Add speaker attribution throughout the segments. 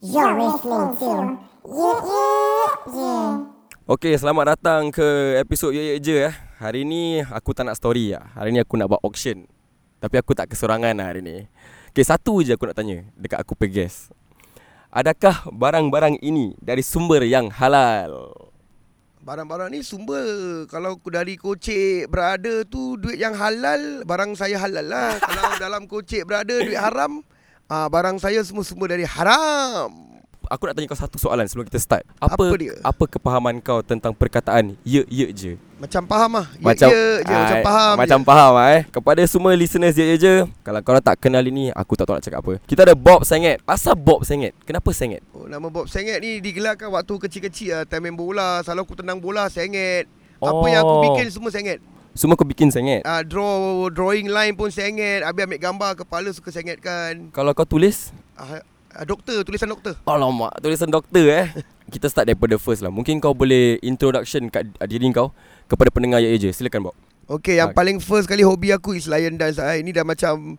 Speaker 1: You're listening to Yeah Yeah Yeah.
Speaker 2: Okey, selamat datang ke episod Ye Ye Je eh. Hari ni aku tak nak story lah. Hari ni aku nak buat auction. Tapi aku tak kesorangan lah hari ni. Okey, satu je aku nak tanya dekat aku punya guest. Adakah barang-barang ini dari sumber yang halal?
Speaker 3: Barang-barang ni sumber Kalau aku dari kocek berada tu Duit yang halal Barang saya halal lah Kalau dalam kocek berada duit haram ah Barang saya semua sumber dari haram
Speaker 2: Aku nak tanya kau satu soalan sebelum kita start. Apa
Speaker 3: Apa dia?
Speaker 2: apa kepahaman kau tentang perkataan ye ye je?
Speaker 3: Macam faham lah Ya,
Speaker 2: Macam
Speaker 3: ya je, Macam
Speaker 2: Ah,
Speaker 3: faham
Speaker 2: Macam
Speaker 3: je.
Speaker 2: faham ah, eh Kepada semua listeners je je je Kalau korang tak kenal ini Aku tak tahu nak cakap apa Kita ada Bob Senget Asal Bob Senget? Kenapa Senget?
Speaker 3: oh, Nama Bob Senget ni digelarkan waktu kecil-kecil lah Time main bola Kalau aku tenang bola Senget Apa yang aku
Speaker 2: Oh.
Speaker 3: bikin semua senget
Speaker 2: Semua kau bikin Senget
Speaker 3: ah, Draw Drawing line pun senget Habis ambil gambar Kepala suka sengetkan
Speaker 2: Kalau kau tulis
Speaker 3: ah, ah, Doktor Tulisan doktor
Speaker 2: Alamak Tulisan doktor eh Kita start daripada first lah Mungkin kau boleh Introduction kat diri kau Kepada pendengar Ye Ye je Silakan Bob
Speaker 3: Okay, yang
Speaker 2: Okay.
Speaker 3: paling first kali hobi aku is lion dance. Ah, ini dah macam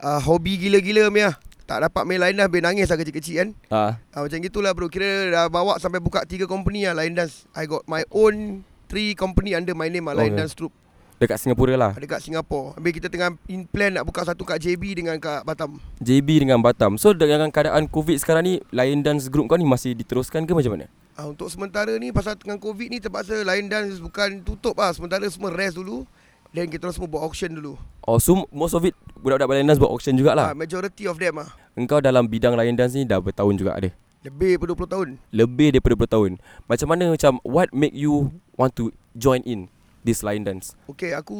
Speaker 3: uh, hobi gila-gila Mia. Tak dapat main lion dance, boleh nangis lah kecil-kecil kan.
Speaker 2: Ah,
Speaker 3: Ah, macam gitulah bro. Kira dah bawa sampai buka tiga company lah lion dance. I got my own three company under my name lah lion
Speaker 2: Okay.
Speaker 3: dance troupe.
Speaker 2: Dekat Singapura lah
Speaker 3: Ada kat Singapore. Habis kita tengah in plan nak buka satu kat JB dengan kat Batam.
Speaker 2: JB dengan Batam So dengan keadaan COVID sekarang ni Lion Dance Group kau ni Masih diteruskan ke macam mana?
Speaker 3: Ah, untuk sementara ni pasal tengah covid ni terpaksa lion dance bukan tutup lah. Sementara semua rest dulu. Dan kita orang semua buat auction dulu.
Speaker 2: Oh so most of it Budak-budak Lion Dance buat auction jugalah
Speaker 3: Ah, majority of them ah.
Speaker 2: Engkau dalam bidang Lion Dance ni Dah bertahun juga ada
Speaker 3: Lebih daripada 20 tahun.
Speaker 2: Lebih daripada 20 tahun Macam mana macam What make you Want to join in This Lion Dance?
Speaker 3: Okay aku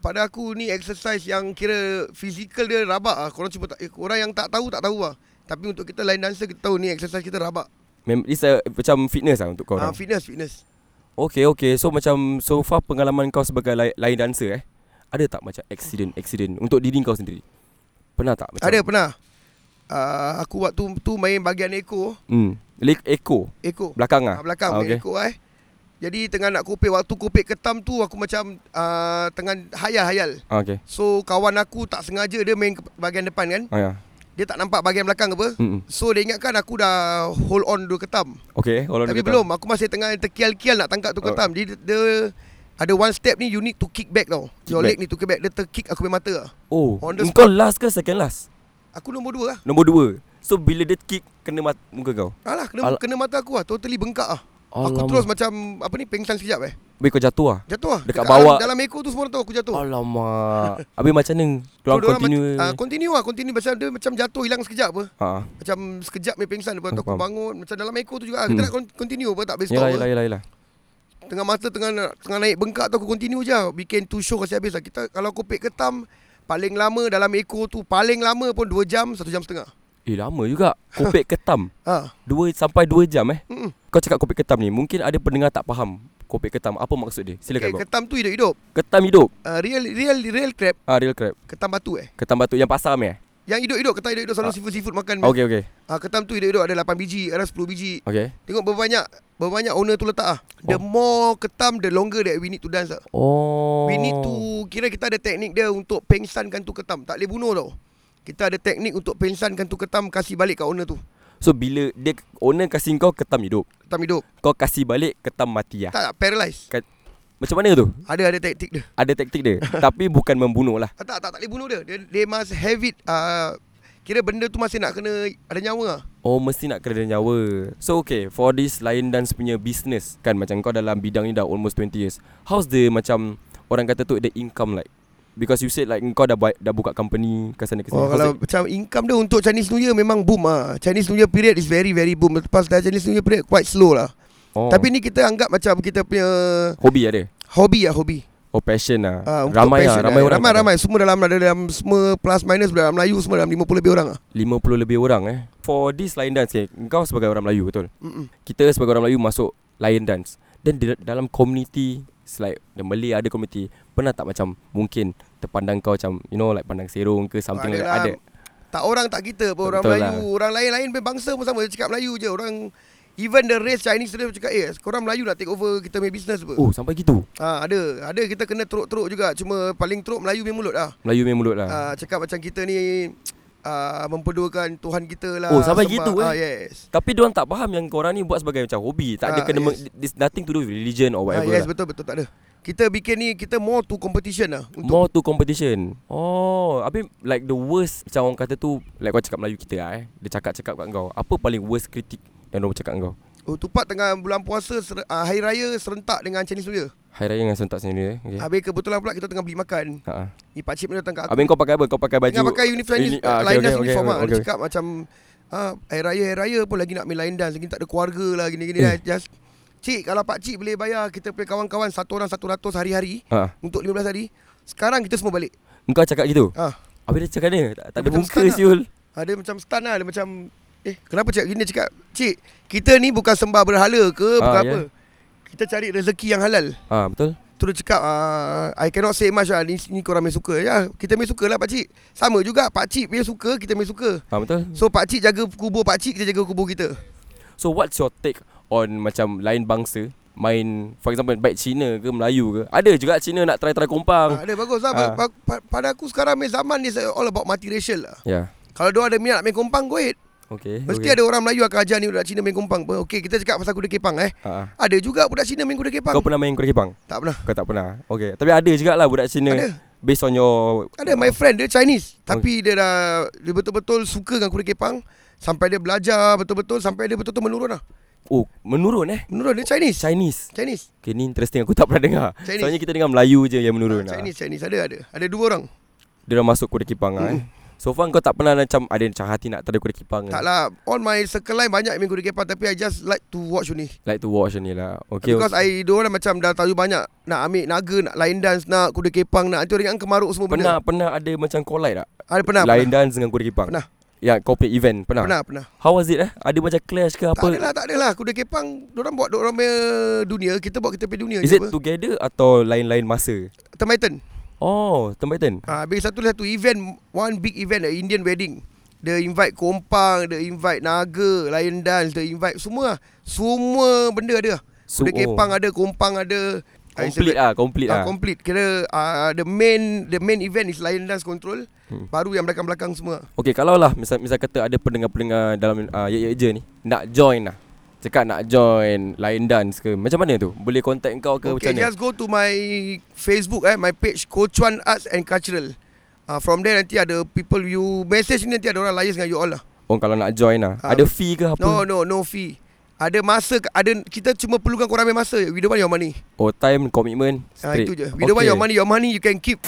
Speaker 3: Pada aku ni exercise yang kira Fizikal dia rabak lah Korang cuba tak, eh, Orang yang tak tahu tak tahu lah Tapi untuk kita line dancer kita tahu ni exercise kita rabak
Speaker 2: Mem- It's a, macam fitness lah untuk kau
Speaker 3: ah,
Speaker 2: orang
Speaker 3: Fitness fitness
Speaker 2: Okay okay So macam So far pengalaman kau sebagai li- line dancer eh Ada tak macam accident Accident Untuk diri kau sendiri Pernah tak macam
Speaker 3: Ada pernah uh, Aku waktu tu main bahagian Eko
Speaker 2: hmm. Lake Echo
Speaker 3: Eko
Speaker 2: Belakang lah
Speaker 3: ah, Belakang
Speaker 2: ah, okay.
Speaker 3: main Eko eh Jadi tengah nak kopek Waktu kopek ketam tu Aku macam uh, Tengah hayal-hayal
Speaker 2: ah, Okay
Speaker 3: So kawan aku tak sengaja Dia main ke bahagian depan kan
Speaker 2: ah, Hmm. yeah.
Speaker 3: Dia tak nampak bahagian belakang apa
Speaker 2: Mm-mm.
Speaker 3: So dia ingatkan aku dah Hold on dua ketam
Speaker 2: Okay kalau
Speaker 3: Tapi belum Aku masih tengah terkial-kial nak tangkap tu
Speaker 2: Oh.
Speaker 3: ketam Dia, dia ada one step ni you need to kick back tau
Speaker 2: Kick
Speaker 3: Your
Speaker 2: back.
Speaker 3: leg need to kick back Dia terkick aku punya mata lah.
Speaker 2: Oh
Speaker 3: On the
Speaker 2: Kau last ke second last?
Speaker 3: Aku nombor dua lah
Speaker 2: Nombor dua So bila dia kick Kena mat- muka kau
Speaker 3: Alah kena,
Speaker 2: Al-
Speaker 3: kena mata aku lah Totally bengkak lah Aku
Speaker 2: Alamak.
Speaker 3: terus macam Apa ni pengsan sekejap eh
Speaker 2: Habis kau jatuh lah
Speaker 3: Jatuh lah
Speaker 2: Dekat bawah.
Speaker 3: Dalam, dalam ekor tu semua orang tahu aku jatuh
Speaker 2: Alamak Habis macam mana Diorang
Speaker 3: So, diorang
Speaker 2: continue
Speaker 3: macam- ah, Continue lah Continue macam dia macam jatuh hilang sekejap apa
Speaker 2: ah.
Speaker 3: Macam sekejap ni pengsan Lepas tu aku
Speaker 2: Oh, Faham.
Speaker 3: bangun Macam dalam ekor tu juga ah. Kita
Speaker 2: Hmm.
Speaker 3: nak kon- continue apa Tak boleh stop
Speaker 2: Yelah
Speaker 3: apa.
Speaker 2: yelah yelah, yelah.
Speaker 3: Tengah mata tengah na- tengah naik bengkak tu aku continue je. Bikin two show kasi habis lah. Kita kalau kopek ketam paling lama dalam ekor tu paling lama pun 2 jam, 1 jam setengah.
Speaker 2: Eh lama juga Kopek ketam
Speaker 3: Ha.
Speaker 2: Dua sampai dua jam eh
Speaker 3: Mm-mm.
Speaker 2: Kau cakap kopek ketam ni Mungkin ada pendengar tak faham Kopek ketam Apa maksud dia
Speaker 3: Okay,
Speaker 2: Silakan okay,
Speaker 3: Eh, ketam tu hidup-hidup.
Speaker 2: Ketam hidup
Speaker 3: Uh, real real real crab,
Speaker 2: Ah real crab
Speaker 3: ketam batu eh.
Speaker 2: Ketam batu yang pasar ni eh
Speaker 3: Yang hidup-hidup, ketam hidup-hidup selalu
Speaker 2: Ah.
Speaker 3: seafood-seafood makan. Okay.
Speaker 2: Okay okay
Speaker 3: ketam tu hidup-hidup ada 8 biji, ada 10 biji.
Speaker 2: Okay
Speaker 3: Tengok berbanyak berbanyak owner tu letak ah. The
Speaker 2: Oh.
Speaker 3: more ketam the longer that we need to dance. ah.
Speaker 2: Oh
Speaker 3: We need to Kira kita ada teknik dia Untuk pengsankan tu ketam Tak boleh bunuh tau Kita ada teknik untuk pengsankan tu ketam Kasih balik kat owner tu
Speaker 2: So bila dia Owner kasih kau ketam hidup
Speaker 3: Ketam hidup
Speaker 2: Kau kasih balik ketam mati lah
Speaker 3: Tak tak paralyze
Speaker 2: Macam mana tu
Speaker 3: Ada ada taktik dia
Speaker 2: Ada taktik dia Tapi bukan membunuh lah
Speaker 3: ah, Tak tak tak boleh bunuh dia Dia, dia must have it uh, Kira benda tu masih nak kena Ada nyawa lah
Speaker 2: Oh mesti nak kena ada nyawa So okay For this lion dance punya business Kan macam kau dalam bidang ni dah almost 20 years How's the macam Orang kata tu the income like Because you said like Kau dah, buat, dah buka company Kesana kesini
Speaker 3: oh,
Speaker 2: How's
Speaker 3: Kalau
Speaker 2: it?
Speaker 3: macam income dia Untuk Chinese New Year memang boom lah Chinese New Year period is very very boom Lepas dah Chinese New Year period Quite slow lah
Speaker 2: oh.
Speaker 3: oh. Tapi ni kita anggap macam Kita punya
Speaker 2: Hobi ada
Speaker 3: Hobi lah hobi
Speaker 2: Oh passion lah
Speaker 3: Ah, untuk
Speaker 2: Ramai lah
Speaker 3: passion
Speaker 2: Ramai orang
Speaker 3: Ramai ramai Semua dalam ada dalam Semua plus minus Dalam Melayu semua dalam 50 lebih orang lah
Speaker 2: 50 lebih orang eh For this lion dance eh, Kau sebagai orang Melayu betul
Speaker 3: Mm-mm.
Speaker 2: Kita sebagai orang Melayu masuk lion dance Then di, dalam community It's like The Malay ada community Pernah tak macam Mungkin Terpandang kau macam You know like pandang serong ke Something like
Speaker 3: Adalah.
Speaker 2: ada
Speaker 3: Tak orang tak kita pun Orang
Speaker 2: Betul
Speaker 3: Melayu lah. Orang lain-lain punya bangsa pun sama Dia cakap Melayu je Orang Even the race Chinese dia cakap Eh korang Melayu nak take over Kita punya business apa
Speaker 2: Oh sampai gitu
Speaker 3: Ha, ada. Ada kita kena teruk-teruk juga. Cuma paling teruk Melayu punya mulut lah.
Speaker 2: Melayu punya mulut lah
Speaker 3: Ha, cakap macam kita ni uh, memperduakan Tuhan kita lah.
Speaker 2: Oh, sampai gitu, eh?
Speaker 3: Ah, yes.
Speaker 2: Tapi diorang tak faham yang korang ni buat sebagai macam hobi. Tak ada
Speaker 3: Ah,
Speaker 2: kena
Speaker 3: yes.
Speaker 2: meng- it's nothing to do with religion or
Speaker 3: Ah,
Speaker 2: whatever.
Speaker 3: yes,
Speaker 2: lah.
Speaker 3: betul betul tak ada. Kita bikin ni kita more to competition lah untuk
Speaker 2: More to competition. Oh, habis like the worst macam orang kata tu like kau cakap Melayu kita lah eh. Dia cakap-cakap kat kau. Apa paling worst kritik yang diorang cakap kat kau?
Speaker 3: Oh, Tupak tengah bulan puasa ser, uh, Hari Raya serentak dengan Chinese New Year
Speaker 2: Hari Raya dengan sentak sendiri eh. Okay.
Speaker 3: yeah. Habis kebetulan pula kita tengah beli makan
Speaker 2: Ha.
Speaker 3: Ni pakcik ni datang kat aku
Speaker 2: Habis kau pakai apa? Kau pakai baju
Speaker 3: Tengah pakai uniform ini,
Speaker 2: Ini- ah, okay,
Speaker 3: Line dance
Speaker 2: okay,
Speaker 3: uniform
Speaker 2: okay,
Speaker 3: lah
Speaker 2: okay,
Speaker 3: Dia
Speaker 2: okay.
Speaker 3: cakap macam ah, Hari Raya Hari Raya pun lagi nak main line dance Lagi tak ada keluarga lah gini-gini
Speaker 2: Eh.
Speaker 3: eh. Just Cik kalau pakcik boleh bayar Kita punya kawan-kawan Satu orang satu ratus hari-hari
Speaker 2: Ha.
Speaker 3: Untuk 15 hari Sekarang kita semua balik
Speaker 2: Kau cakap gitu.
Speaker 3: ah,
Speaker 2: Habis dia cakap ni tak, tak ada
Speaker 3: Macam
Speaker 2: muka
Speaker 3: stun lah.
Speaker 2: siul.
Speaker 3: ah, Dia macam stun lah Dia macam Eh kenapa cakap gini Dia cakap Cik kita ni bukan sembah berhala ke
Speaker 2: Ah,
Speaker 3: Bukan
Speaker 2: ya.
Speaker 3: apa Kita cari rezeki yang halal
Speaker 2: Ha, betul.
Speaker 3: Terus cakap uh, I cannot say much lah Ni, ni korang main suka ya, Kita main suka lah pakcik Sama juga pakcik main suka Kita main suka
Speaker 2: Ha, betul.
Speaker 3: So pakcik jaga kubur pakcik Kita jaga kubur kita
Speaker 2: So what's your take on macam lain bangsa main for example baik Cina ke Melayu ke? Ada juga Cina nak try-try kompang.
Speaker 3: uh, Ada bagus lah
Speaker 2: Ah.
Speaker 3: uh. Pada aku sekarang main zaman ni All about multiracial lah
Speaker 2: Ya. Yeah.
Speaker 3: Kalau dia ada minat nak main kompang Go ahead
Speaker 2: Okay.
Speaker 3: Mesti
Speaker 2: okay.
Speaker 3: ada orang Melayu akan ajar ni Budak Cina main kompang apa. Okay kita cakap pasal kuda kepang eh
Speaker 2: Ha. ha.
Speaker 3: Ada juga budak Cina main kuda kepang
Speaker 2: Kau pernah main kuda kepang?
Speaker 3: Tak pernah
Speaker 2: Kau tak pernah. Okay. Tapi ada jugalah budak Cina
Speaker 3: Ada.
Speaker 2: based on your
Speaker 3: Ada my friend dia Chinese Tapi dia dah Dia betul-betul suka dengan kuda kepang Sampai dia belajar betul-betul Sampai dia betul-betul menurun lah
Speaker 2: Oh, menurun eh.
Speaker 3: Menurun dia Chinese
Speaker 2: Chinese.
Speaker 3: Chinese
Speaker 2: Okay, ni interesting aku tak pernah dengar.
Speaker 3: Chinese.
Speaker 2: Soalnya kita dengar Melayu je yang menurun.
Speaker 3: Ah,
Speaker 2: Ha,
Speaker 3: Chinese, Chinese ada ada. Ada dua orang.
Speaker 2: Dia dah masuk kuda kepang mm. kan. So far kau tak pernah macam ada macam hati nak try kuda kepang ke?
Speaker 3: Tak lah, all my circle line banyak yang main kuda kepang tapi I just like to watch only.
Speaker 2: Like to watch ni lah. Okay.
Speaker 3: Okay, Because I dia orang macam dah tahu banyak nak ambil naga, nak line dance, nak kuda kepang, nak nanti orang ingat kemaruk semua
Speaker 2: Pernah
Speaker 3: benda.
Speaker 2: pernah ada macam collide tak?
Speaker 3: Ada pernah.
Speaker 2: Line dance dengan kuda kepang.
Speaker 3: Pernah.
Speaker 2: Ya, kau punya event pernah.
Speaker 3: Pernah, pernah.
Speaker 2: How was it eh? Ada macam clash ke
Speaker 3: Tak lah,
Speaker 2: apa?
Speaker 3: adalah, tak adalah. Kuda kepang, orang buat orang punya dunia, kita buat kita punya dunia.
Speaker 2: Is it together atau lain-lain masa?
Speaker 3: Termaitan.
Speaker 2: Oh, tempat ten.
Speaker 3: Ah, habis satu satu event, one big event, the Indian wedding. Dia invite kompang, dia invite naga, lion dance, dia invite semua. lah. Semua benda ada. lah.
Speaker 2: So,
Speaker 3: Kuda
Speaker 2: oh.
Speaker 3: kepang ada, kompang ada. Ah, it's a
Speaker 2: Complete ah, complete
Speaker 3: Ah,
Speaker 2: ah.
Speaker 3: complete. Kira uh, the main the main event is Lion Dance Control. Hmm. Baru yang belakang-belakang semua.
Speaker 2: Okay, kalau lah misal, misal kata ada pendengar-pendengar dalam uh, Ye Ye Je ni Nak join lah Cakap nak join Lion Dance ke Macam mana tu? Boleh contact kau ke
Speaker 3: okay,
Speaker 2: macam mana?
Speaker 3: just go to my Facebook eh, my page Kochuan Arts and Cultural. Uh, from there nanti ada people you message ni nanti ada orang liaise dengan you all lah.
Speaker 2: Oh, kalau nak join lah
Speaker 3: Ah,
Speaker 2: Ada fee ke apa?
Speaker 3: No no no fee. Ada masa ada kita cuma perlukan korang ambil masa. We don't want your money.
Speaker 2: Oh, time, commitment
Speaker 3: Ah
Speaker 2: Straight
Speaker 3: itu je. We don't want your money. Your money you can keep.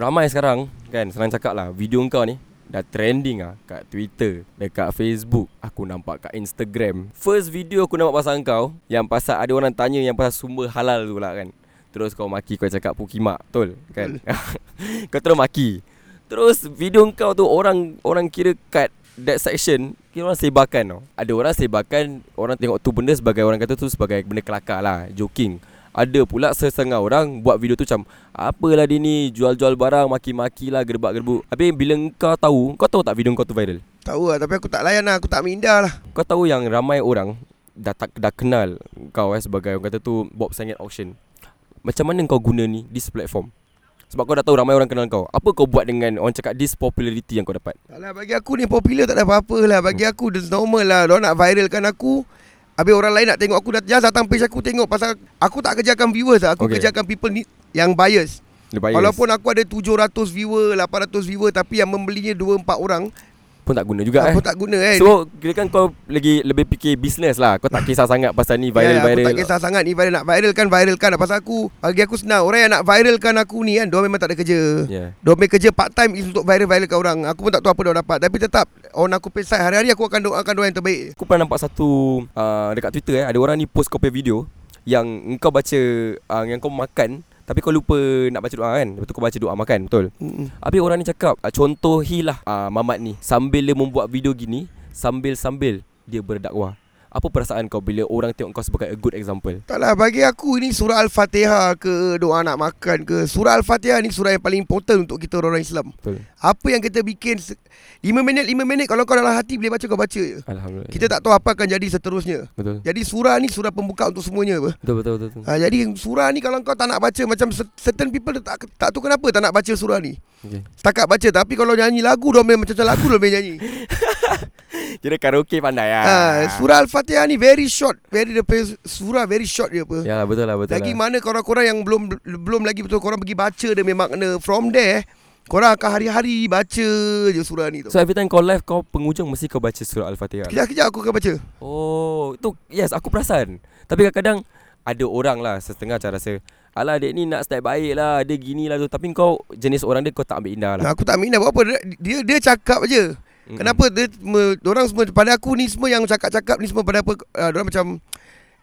Speaker 2: Ramai sekarang kan Senang cakap lah Video kau ni Dah trending lah Kat Twitter Dekat Facebook Aku nampak kat Instagram First video aku nampak pasal kau Yang pasal ada orang tanya Yang pasal sumber halal tu lah kan Terus kau maki Kau cakap pukimak Betul kan Kau terus maki Terus video kau tu Orang orang kira cut That section Kira orang sebarkan tau Ada orang sebarkan Orang tengok tu benda Sebagai orang kata tu Sebagai benda kelakar lah Joking ada pula setengah orang buat video tu macam Apalah dia ni jual-jual barang maki-maki lah gerbak-gerbu Habis bila kau tahu Kau tahu tak video kau tu viral?
Speaker 3: Tahu lah tapi aku tak layan lah. Aku tak minda lah.
Speaker 2: Kau tahu yang ramai orang dah tak dah kenal kau eh sebagai orang kata tu Bob Sengit Auction Macam mana kau guna ni this platform? Sebab kau dah tahu ramai orang kenal kau Apa kau buat dengan orang cakap this popularity yang kau dapat?
Speaker 3: Alah lah, bagi aku ni popular tak ada apa-apa lah Bagi aku it's normal lah Diorang nak viralkan aku Habis orang lain nak tengok aku dah Just datang page aku tengok Pasal aku tak kerjakan viewers lah Aku
Speaker 2: Okay.
Speaker 3: okay. kerjakan people ni Yang bias
Speaker 2: Dia
Speaker 3: Bias.
Speaker 2: bias
Speaker 3: Walaupun aku ada 700 viewer 800 viewer Tapi yang membelinya 2-4 orang
Speaker 2: pun tak guna juga eh
Speaker 3: Aku tak guna eh
Speaker 2: So kira kan kau lagi lebih fikir business lah Kau tak kisah sangat pasal ni
Speaker 3: Ya,
Speaker 2: viral-viral
Speaker 3: Aku tak kisah sangat ni viral Nak viralkan, viralkan lah. Pasal aku Bagi aku senang Orang yang nak viralkan aku ni kan Diorang memang tak ada kerja
Speaker 2: yeah.
Speaker 3: Diorang punya kerja part time is untuk viral-viralkan orang Aku pun tak tahu apa diorang dapat Tapi tetap On aku punya side Hari-hari aku akan doakan diorang yang terbaik
Speaker 2: Aku pernah nampak satu uh, dekat Twitter eh ada orang ni post kau punya video yang engkau baca uh, yang kau makan tapi kau lupa nak baca doa kan. Lepas tu kau baca doa makan betul.
Speaker 3: Mm-mm.
Speaker 2: Habis orang ni cakap ah, uh, contohilah uh, mamat ni sambil dia membuat video gini sambil-sambil dia berdakwah. Apa perasaan kau bila orang tengok kau sebagai a good example?
Speaker 3: Taklah lah, bagi aku ini surah Al-Fatihah ke doa nak makan ke Surah Al-Fatihah ni surah yang paling important untuk kita orang Islam
Speaker 2: Betul.
Speaker 3: Apa yang kita bikin 5 minit 5 minit kalau kau dalam hati boleh baca kau baca je
Speaker 2: Alhamdulillah.
Speaker 3: Kita tak tahu apa akan jadi seterusnya
Speaker 2: betul.
Speaker 3: Jadi surah ni surah pembuka untuk semuanya apa
Speaker 2: Betul betul betul. betul.
Speaker 3: Ha, jadi surah ni kalau kau tak nak baca macam cer- certain people tak tak tahu kenapa tak nak baca surah ni.
Speaker 2: Okay.
Speaker 3: Setakat baca tapi kalau nyanyi lagu dia main macam-macam lagu dia main nyanyi.
Speaker 2: Kira karaoke pandai ah.
Speaker 3: Ha, surah Al-Fatihah ni very short, very dia punya surah very short dia apa.
Speaker 2: Ya betul lah betul
Speaker 3: Lagi
Speaker 2: lah.
Speaker 3: mana korang-korang yang belum belum lagi betul korang pergi baca dia memang kena from there korang akan hari-hari baca je surah ni tu.
Speaker 2: So every time kau live kau penghujung mesti kau baca surah Al-Fatihah.
Speaker 3: Kejap-kejap aku akan baca.
Speaker 2: Oh, tu yes aku perasan. Tapi kadang-kadang ada orang lah setengah cara rasa Alah dia ni nak style baik lah Dia gini lah tu Tapi kau jenis orang dia kau tak ambil indah lah
Speaker 3: Nah, aku tak minat buat apa dia dia, dia cakap je.
Speaker 2: Mm-mm.
Speaker 3: Kenapa dia me, orang semua pada aku ni semua yang cakap-cakap ni semua pada apa uh, orang macam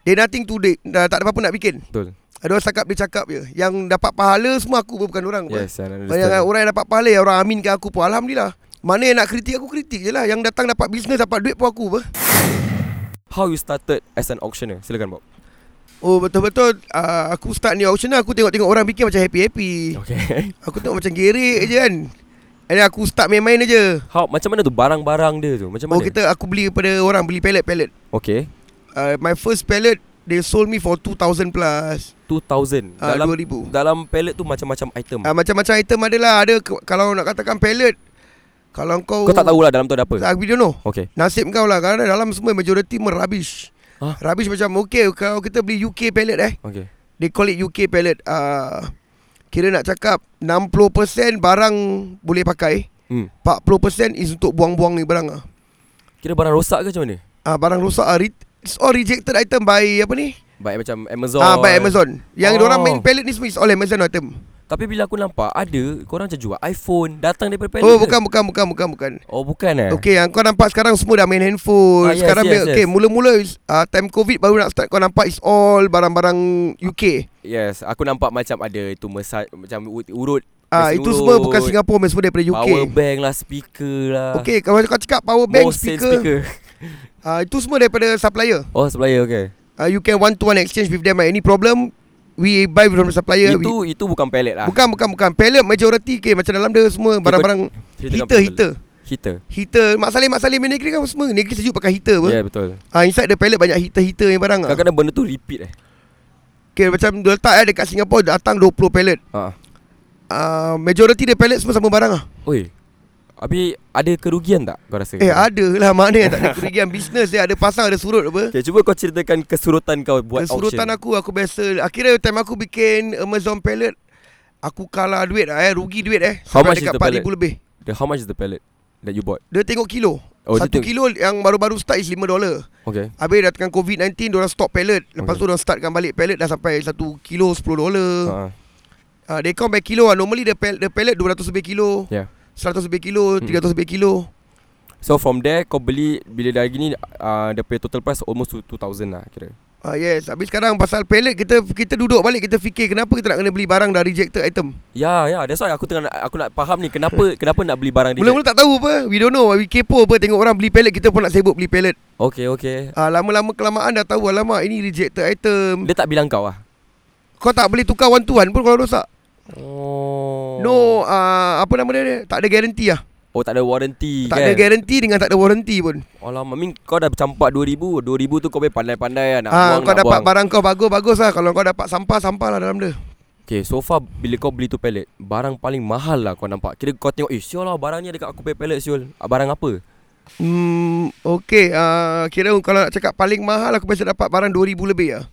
Speaker 3: they nothing to date uh, tak ada apa-apa nak bikin.
Speaker 2: Betul
Speaker 3: Ada orang cakap dia cakap je. Yang dapat pahala semua aku bukan orang pun. Ah,
Speaker 2: Yes I
Speaker 3: Yang
Speaker 2: understand
Speaker 3: orang yang dapat pahala yang orang aminkan aku pun alhamdulillah. Mana yang nak kritik aku kritik je lah Yang datang dapat bisnes dapat duit pun aku apa
Speaker 2: How you started as an auctioneer Silakan Bob
Speaker 3: Oh betul-betul uh, Aku start ni auction lah Aku tengok-tengok orang bikin macam happy-happy
Speaker 2: Oh. Okay
Speaker 3: Aku tengok macam gerik je kan And then aku start main-main aja
Speaker 2: How Macam mana tu barang-barang dia tu Macam
Speaker 3: Oh
Speaker 2: mana
Speaker 3: kita aku beli daripada orang Beli pallet-pallet
Speaker 2: Okay
Speaker 3: uh, My first pallet They sold me for 2000 plus
Speaker 2: 2000
Speaker 3: uh,
Speaker 2: Dalam
Speaker 3: 2000
Speaker 2: dalam pallet tu macam-macam item
Speaker 3: uh, Macam-macam item ada lah Ada ke- kalau nak katakan pallet Kalau kau
Speaker 2: Kau
Speaker 3: Ah,
Speaker 2: tak tahulah dalam tu ada apa
Speaker 3: Aku video no
Speaker 2: Okay
Speaker 3: Nasib kau lah Kerana dalam semua Majority memang rubbish
Speaker 2: Hah?
Speaker 3: Rubbish macam Okay kalau kita beli UK pallet eh
Speaker 2: Okay
Speaker 3: They call it UK pallet uh, Kira nak cakap 60% barang boleh pakai
Speaker 2: hmm.
Speaker 3: 40% is untuk buang-buang ni barang ah.
Speaker 2: Kira barang rosak ke macam mana
Speaker 3: Ah barang rosak ah re- it's all rejected item by apa ni?
Speaker 2: Baik macam Amazon
Speaker 3: Ah by Amazon. Yang
Speaker 2: Oh.
Speaker 3: oh. orang main pallet ni semua is all Amazon item.
Speaker 2: Tapi bila aku nampak Ada Korang macam jual iPhone Datang daripada pallet
Speaker 3: oh
Speaker 2: ke?
Speaker 3: bukan bukan bukan bukan bukan.
Speaker 2: Oh bukan eh
Speaker 3: Okay yang kau nampak sekarang semua dah main
Speaker 2: Ah,
Speaker 3: handphone.
Speaker 2: yes,
Speaker 3: sekarang
Speaker 2: yes,
Speaker 3: punya- okay
Speaker 2: yes.
Speaker 3: mula-mula is, ah, time covid baru nak start kau nampak is all barang-barang UK.
Speaker 2: Yes Aku nampak macam ada Itu mesa Macam u- urut
Speaker 3: Ah
Speaker 2: mesin
Speaker 3: itu
Speaker 2: urut,
Speaker 3: semua bukan Singapura semua daripada UK.
Speaker 2: Power bank lah Speaker lah
Speaker 3: Okay kalau kau cakap power bank
Speaker 2: Bose
Speaker 3: speaker, speaker. Ah itu semua daripada supplier.
Speaker 2: Oh supplier okay
Speaker 3: uh, you can one to one exchange with them. Any problem, we buy from the supplier.
Speaker 2: Itu
Speaker 3: Ya, we,
Speaker 2: itu bukan pallet lah
Speaker 3: bukan bukan bukan. Pallet majority ke macam dalam dia semua barang-barang
Speaker 2: Ceritakan
Speaker 3: heater
Speaker 2: betul.
Speaker 3: heater.
Speaker 2: Heater
Speaker 3: Heater Mak Saleh Mak Saleh main negeri kan semua negeri sejuk pakai heater apa.
Speaker 2: Ya
Speaker 3: Yeah.
Speaker 2: yeah, betul
Speaker 3: Uh, inside the pallet banyak heater-heater yang barang. ah.
Speaker 2: Kadang-kadang benda tu repeat eh
Speaker 3: Okay, macam dia letak eh, dekat Singapore datang 20 pallet.
Speaker 2: ha.
Speaker 3: Uh, majority the pallet semua sama barang ah.
Speaker 2: Oi Habis ada kerugian tak kau rasa?
Speaker 3: Eh ada lah mana yang tak ada kerugian bisnes dia ada pasang ada surut apa.
Speaker 2: Okay, cuba kau ceritakan kesurutan kau buat
Speaker 3: Kesurutan
Speaker 2: auction.
Speaker 3: aku aku biasa akhirnya time aku bikin Amazon pallet aku kalah duit lah eh rugi duit eh.
Speaker 2: How much is
Speaker 3: dekat
Speaker 2: the pallet?
Speaker 3: 4000 lebih.
Speaker 2: The, how much is the pallet that you bought?
Speaker 3: Dia tengok
Speaker 2: Oh,
Speaker 3: kilo oh,
Speaker 2: dia
Speaker 3: Satu
Speaker 2: tengok-
Speaker 3: kilo yang baru-baru start is 5 dolar
Speaker 2: Okay.
Speaker 3: Habis datang COVID-19 Diorang stop pallet Lepas
Speaker 2: Okay.
Speaker 3: tu diorang startkan balik pallet Dah sampai 1 kilo 10 dolar
Speaker 2: Ha.
Speaker 3: uh, They count by kilo lah Normally the, pal- the pallet 200 lebih kilo
Speaker 2: Yeah.
Speaker 3: 100 lebih kilo
Speaker 2: Hmm.
Speaker 3: 300 lebih kilo
Speaker 2: So from there kau beli bila dah gini uh, dia punya total price almost 2000 lah kira.
Speaker 3: uh, Yes Habis sekarang pasal pallet Kita kita duduk balik Kita fikir kenapa kita nak kena beli barang Dah rejected item
Speaker 2: Ya ya that's why aku tengah nak, aku nak faham ni kenapa kenapa nak beli barang
Speaker 3: Mula-mula tak tahu apa We don't know We kepo apa Tengok orang beli pallet Kita pun nak sibuk beli pallet
Speaker 2: Okay okay.
Speaker 3: uh, Lama-lama kelamaan dah tahu Alamak ini rejected item
Speaker 2: Dia tak bilang kau ah.
Speaker 3: Kau tak boleh tukar one to one pun Kalau rosak
Speaker 2: Oh.
Speaker 3: No uh, Apa nama dia, dia Tak ada guarantee lah
Speaker 2: Oh tak ada warranty
Speaker 3: Tak
Speaker 2: kan.
Speaker 3: ada garanti dengan tak ada warranty pun.
Speaker 2: Alamak Min kau dah campak 2000. 2000 tu kau boleh pandai-pandai lah nak
Speaker 3: Ah,
Speaker 2: buang
Speaker 3: kau
Speaker 2: nak
Speaker 3: dapat
Speaker 2: buang.
Speaker 3: barang kau bagus-bagus lah. Kalau kau dapat sampah, sampah lah dalam dia.
Speaker 2: Okay so far bila kau beli tu pallet barang paling mahal lah kau nampak. Kira kau tengok eh sial lah barang ni ada kat aku punya pallet sial. Ah, Barang apa?
Speaker 3: Hmm, okay. Uh, kira kalau nak cakap paling mahal, aku biasa dapat barang 2000 lebih lah.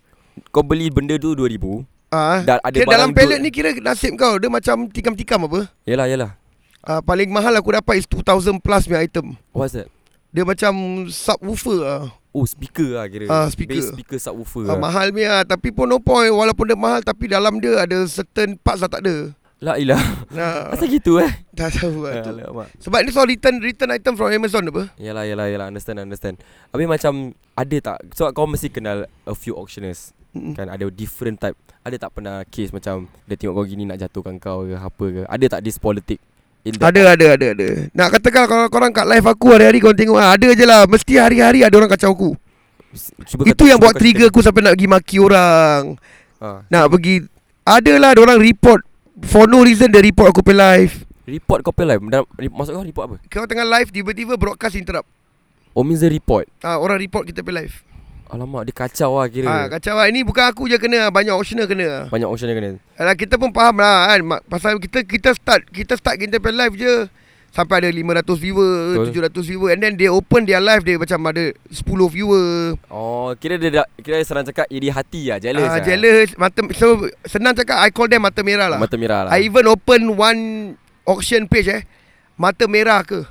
Speaker 2: Kau beli benda tu 2000.
Speaker 3: Ah,
Speaker 2: Dan ada
Speaker 3: kira
Speaker 2: barang
Speaker 3: dalam pallet
Speaker 2: du-
Speaker 3: ni kira nasib kau. Dia macam tikam-tikam apa.
Speaker 2: Yalah yalah.
Speaker 3: Uh, paling mahal aku dapat is 2000 plus punya item.
Speaker 2: What's that?
Speaker 3: Dia macam subwoofer lah.
Speaker 2: Oh speaker lah kira
Speaker 3: Ah, speaker.
Speaker 2: Bass speaker subwoofer lah.
Speaker 3: Uh, mahal punya. Tapi pun no point. Walaupun dia mahal, tapi dalam dia ada certain parts dah tak ada.
Speaker 2: La Lah, ilah
Speaker 3: Nah,
Speaker 2: Asal gitu eh
Speaker 3: dah tahu lah tu.
Speaker 2: Alamak.
Speaker 3: Sebab ni soal return, return item from Amazon apa.
Speaker 2: Yalah yalah yalah Understand understand Habis macam Ada tak Sebab kau mesti kenal A few auctioneers
Speaker 3: Mm.
Speaker 2: Kan ada different type Ada tak pernah case macam Dia tengok kau gini Nak jatuhkan kau ke Apa ke Ada tak this politic In that
Speaker 3: Ada ada ada ada. Nak katakan kalau korang kat live aku hari-hari korang tengok ah, ada je lah. Mesti hari-hari ada orang kacau aku.
Speaker 2: S- cuba
Speaker 3: Itu yang
Speaker 2: cuba
Speaker 3: buat trigger aku sampai nak pergi maki orang.
Speaker 2: Ha.
Speaker 3: Nak pergi adalah orang report for no reason dia report aku pay live.
Speaker 2: Report kau live Dalam, re- Maksud kau report apa?
Speaker 3: Kau tengah live tiba-tiba broadcast interrupt.
Speaker 2: Oh means the report
Speaker 3: Ah orang report kita pay live.
Speaker 2: Alamak dia kacau lah kira
Speaker 3: Ah kacau lah. Ini bukan aku je kena, banyak auctioner kena.
Speaker 2: Banyak option dia kena
Speaker 3: Alah kita pun faham lah kan Mak- pasal kita kita start kita start kita pay live je sampai ada 500 viewer,
Speaker 2: Betul.
Speaker 3: 700 viewer and then they open their live dia macam ada 10 viewer.
Speaker 2: Oh kira dia dah, Kira serang cakap Iri hati lah Jealous
Speaker 3: Ah
Speaker 2: lah
Speaker 3: jealous mata so senang cakap I call them mata merah lah.
Speaker 2: Mata merah lah
Speaker 3: I even open one auction page eh. Mata merah ke?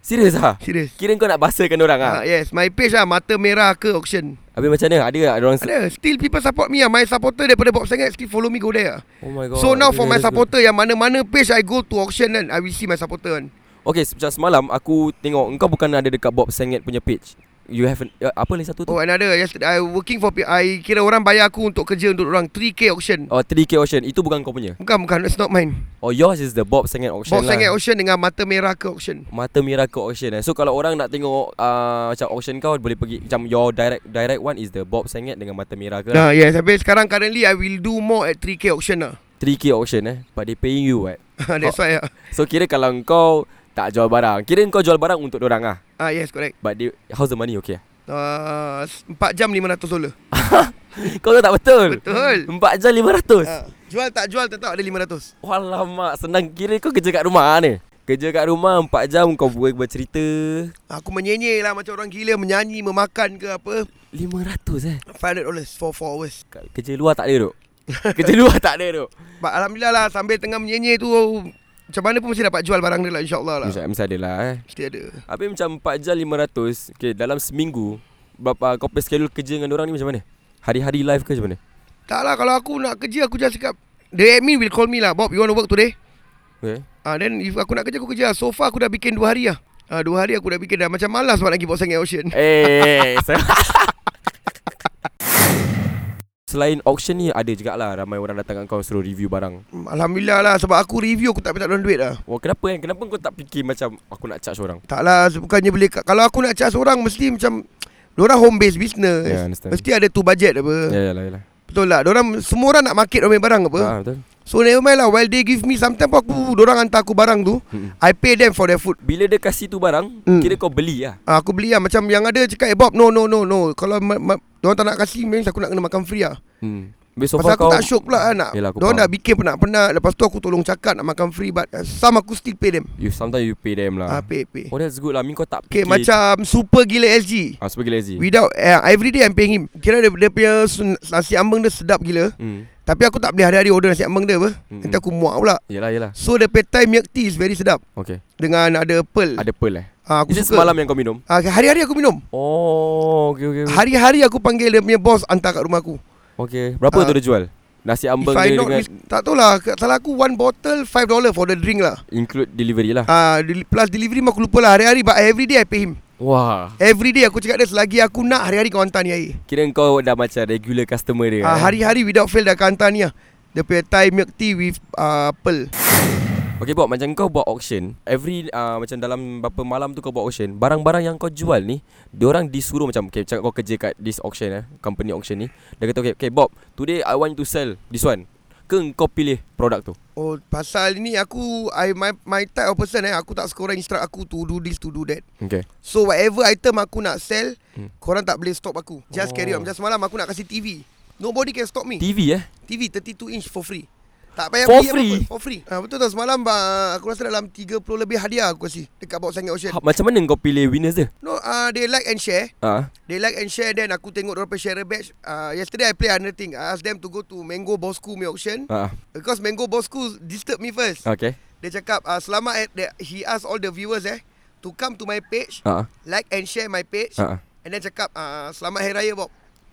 Speaker 2: Serius lah
Speaker 3: Serius.
Speaker 2: Kira kau nak bahasakan orang lah
Speaker 3: Ha. yes, my page lah mata merah ke auction.
Speaker 2: Habis macam mana? Ada tak orang
Speaker 3: Ada still people support me ah. My supporter daripada Bob Sangat still follow me go there. ah.
Speaker 2: Oh my god
Speaker 3: So now
Speaker 2: Dia
Speaker 3: for my
Speaker 2: jealous
Speaker 3: supporter yang mana-mana page I go to auction kan, I will see my supporter kan.
Speaker 2: ke? Okay se- macam semalam Aku tengok Engkau bukan ada dekat Bob Sengit punya page You have an, eh, Apa lagi satu tu?
Speaker 3: Oh another yesterday I working for pe- I kira orang bayar aku untuk kerja untuk orang 3k auction.
Speaker 2: Oh 3K auction Itu bukan kau punya
Speaker 3: Bukan bukan it's not mine.
Speaker 2: Oh yours is the Bob Sengit auction
Speaker 3: Bob
Speaker 2: lah
Speaker 3: Sangat auction dengan mata merah ke auction.
Speaker 2: Mata merah ke auction eh So kalau orang nak tengok uh, Macam auction kau Boleh pergi Macam your direct direct one Is the Bob Sengit Dengan mata merah ke lah.
Speaker 3: Nah, yes, tapi sekarang currently I will do more at 3k auction lah.
Speaker 2: 3K auction eh But they paying you right
Speaker 3: That's
Speaker 2: Oh.
Speaker 3: why ah.
Speaker 2: So kira kalau kau Tak jual barang Kira kau jual barang Untuk orang lah
Speaker 3: Ah yes, correct.
Speaker 2: But they, how's the money okay
Speaker 3: Uh, 4 jam 500 dolar.
Speaker 2: Kau tahu tak betul
Speaker 3: Betul.
Speaker 2: 4 jam 500
Speaker 3: Ah, jual tak jual tetap ada 500.
Speaker 2: Walamak Senang kira kau kerja kat rumah ah, ni Kerja kat rumah 4 jam Kau boleh bercerita
Speaker 3: Aku menyanyi lah macam orang gila menyanyi, memakan ke apa.
Speaker 2: 500 eh
Speaker 3: 500 dollars for 4 hours.
Speaker 2: Kat- Kerja luar tak ada duk Kerja luar tak ada duk
Speaker 3: But alhamdulillah lah sambil tengah menyanyi tu macam mana pun mesti dapat jual barang dia lah insyaallah lah.
Speaker 2: Misal, misal adalah eh
Speaker 3: Mesti ada.
Speaker 2: Habis macam 4 jam 500 Okay dalam seminggu Berapa kau punya schedule kerja dengan orang ni macam mana? Hari-hari live ke macam mana?
Speaker 3: Tak lah kalau aku nak kerja aku just cakap the admin will call me lah Bob you want to work today?
Speaker 2: Okay.
Speaker 3: Ah then if aku nak kerja aku kerja. So far aku dah bikin 2 hari lah. Ah 2 hari aku dah bikin dah macam malas buat lagi boxing auction.
Speaker 2: Eh, se- Selain auction ni ada jugalah ramai orang datang kat kau suruh review barang.
Speaker 3: Hmm, Alhamdulillah lah sebab aku review aku tak minta dorang duit lah.
Speaker 2: Wah, kenapa kan? Kenapa kau tak fikir macam aku nak charge orang?
Speaker 3: Tak lah bukannya boleh kalau aku nak charge orang mesti macam Diorang home based business
Speaker 2: Yeah, Ya, understand.
Speaker 3: Mesti ada tu budget apa yeah.
Speaker 2: Ya, ya lah, ya lah.
Speaker 3: Betul lah Diorang semua orang nak market Diorang punya barang apa
Speaker 2: Ah, betul.
Speaker 3: So never mind lah While they give me Sometimes pun aku Diorang hantar aku barang tu
Speaker 2: Mm-mm.
Speaker 3: I pay them for their food
Speaker 2: Bila dia kasih tu barang,
Speaker 3: Hmm.
Speaker 2: kira kau beli lah.
Speaker 3: ah, Aku beli lah Macam yang ada cakap Eh Bob no no no no Kalau ma- ma- Diorang tak nak kasih Means aku nak kena makan free lah
Speaker 2: Hmm. Habis so
Speaker 3: Pasal
Speaker 2: far
Speaker 3: aku
Speaker 2: kau
Speaker 3: tak syok pula lah nak
Speaker 2: Yelah, aku
Speaker 3: Diorang
Speaker 2: faham.
Speaker 3: dah bikin penat-penat Lepas tu aku tolong cakap Nak makan free But uh, some aku still pay them
Speaker 2: You sometimes you pay them
Speaker 3: ah.
Speaker 2: lah.
Speaker 3: pay pay
Speaker 2: Oh, that's good lah. Min kau tak
Speaker 3: Okay, macam Super gila SG
Speaker 2: Ah, sebagai lazy.
Speaker 3: Without uh, Every day I'm paying him Kira dia, dia punya sun- Nasi ambeng dia sedap gila
Speaker 2: Hmm.
Speaker 3: Tapi aku tak boleh hari-hari order nasi ambeng dia apa
Speaker 2: Mm-mm.
Speaker 3: Nanti aku muak pula
Speaker 2: Yelah, yelah.
Speaker 3: So the petai milk tea is very sedap
Speaker 2: Okay.
Speaker 3: Dengan ada pearl
Speaker 2: Ada pearl eh.
Speaker 3: Ah, aku
Speaker 2: Is it
Speaker 3: suka
Speaker 2: semalam yang kau minum?
Speaker 3: Ah, Hari-hari aku minum
Speaker 2: Oh, okay, okay. okay.
Speaker 3: Hari-hari aku panggil dia punya bos Hantar kat rumah aku
Speaker 2: Okay. Berapa
Speaker 3: Ah.
Speaker 2: tu dia jual? Nasi ambeng
Speaker 3: If I
Speaker 2: dia
Speaker 3: not
Speaker 2: dengan
Speaker 3: mis- Tak tahulah kat- Salah aku One bottle Five dollar for the drink lah
Speaker 2: include delivery lah.
Speaker 3: Ah, deli- Plus delivery mah aku lupa lah Hari-hari But every day I pay him
Speaker 2: Wah.
Speaker 3: Every day aku cakap dia Selagi aku nak Hari-hari kau hantar ni air
Speaker 2: Kira kau dah macam regular customer dia. eh.
Speaker 3: Ah, Hari-hari without fail dah akan hantar ni lah Dia punya Thai milk tea with uh, pearl
Speaker 2: Okay Bob, macam kau buat auction, every uh, macam dalam berapa malam tu kau buat auction, barang-barang yang kau jual ni, diorang disuruh macam okay, macam kau kerja kat this auction eh, company auction ni. Dia kata okay, okay Bob, today I want you to sell this one. Ke kau pilih produk tu?
Speaker 3: Oh pasal ni aku I my, my type of person eh aku tak suka orang instruct aku to do this to do that.
Speaker 2: Okay.
Speaker 3: So whatever item aku nak sell,
Speaker 2: Hmm.
Speaker 3: hmm. korang tak boleh stop aku.
Speaker 2: Oh.
Speaker 3: Just oh. carry on. Macam semalam aku nak kasih TV. Nobody can stop me.
Speaker 2: TV eh.
Speaker 3: TV 32 inch for free. Tak payah
Speaker 2: For
Speaker 3: beli
Speaker 2: free?
Speaker 3: apa-apa. For free. Ha, betul tak semalam ah, aku rasa dalam 30 lebih hadiah aku kasih dekat box Sangat Ocean.
Speaker 2: Ha, macam mana kau pilih winners dia?
Speaker 3: No, uh, they like and share.
Speaker 2: Ah.
Speaker 3: They like and share then aku tengok dia share batch. Uh, yesterday I play another thing. I ask them to go to Mango Bosku punya auction
Speaker 2: Ah.
Speaker 3: because Mango Bosku disturb me first.
Speaker 2: Okay.
Speaker 3: Dia cakap uh, selama at the, he asked all the viewers eh to come to my page,
Speaker 2: Ah.
Speaker 3: like and share my page.
Speaker 2: Ah.
Speaker 3: And then cakap uh, selamat hari raya Bob.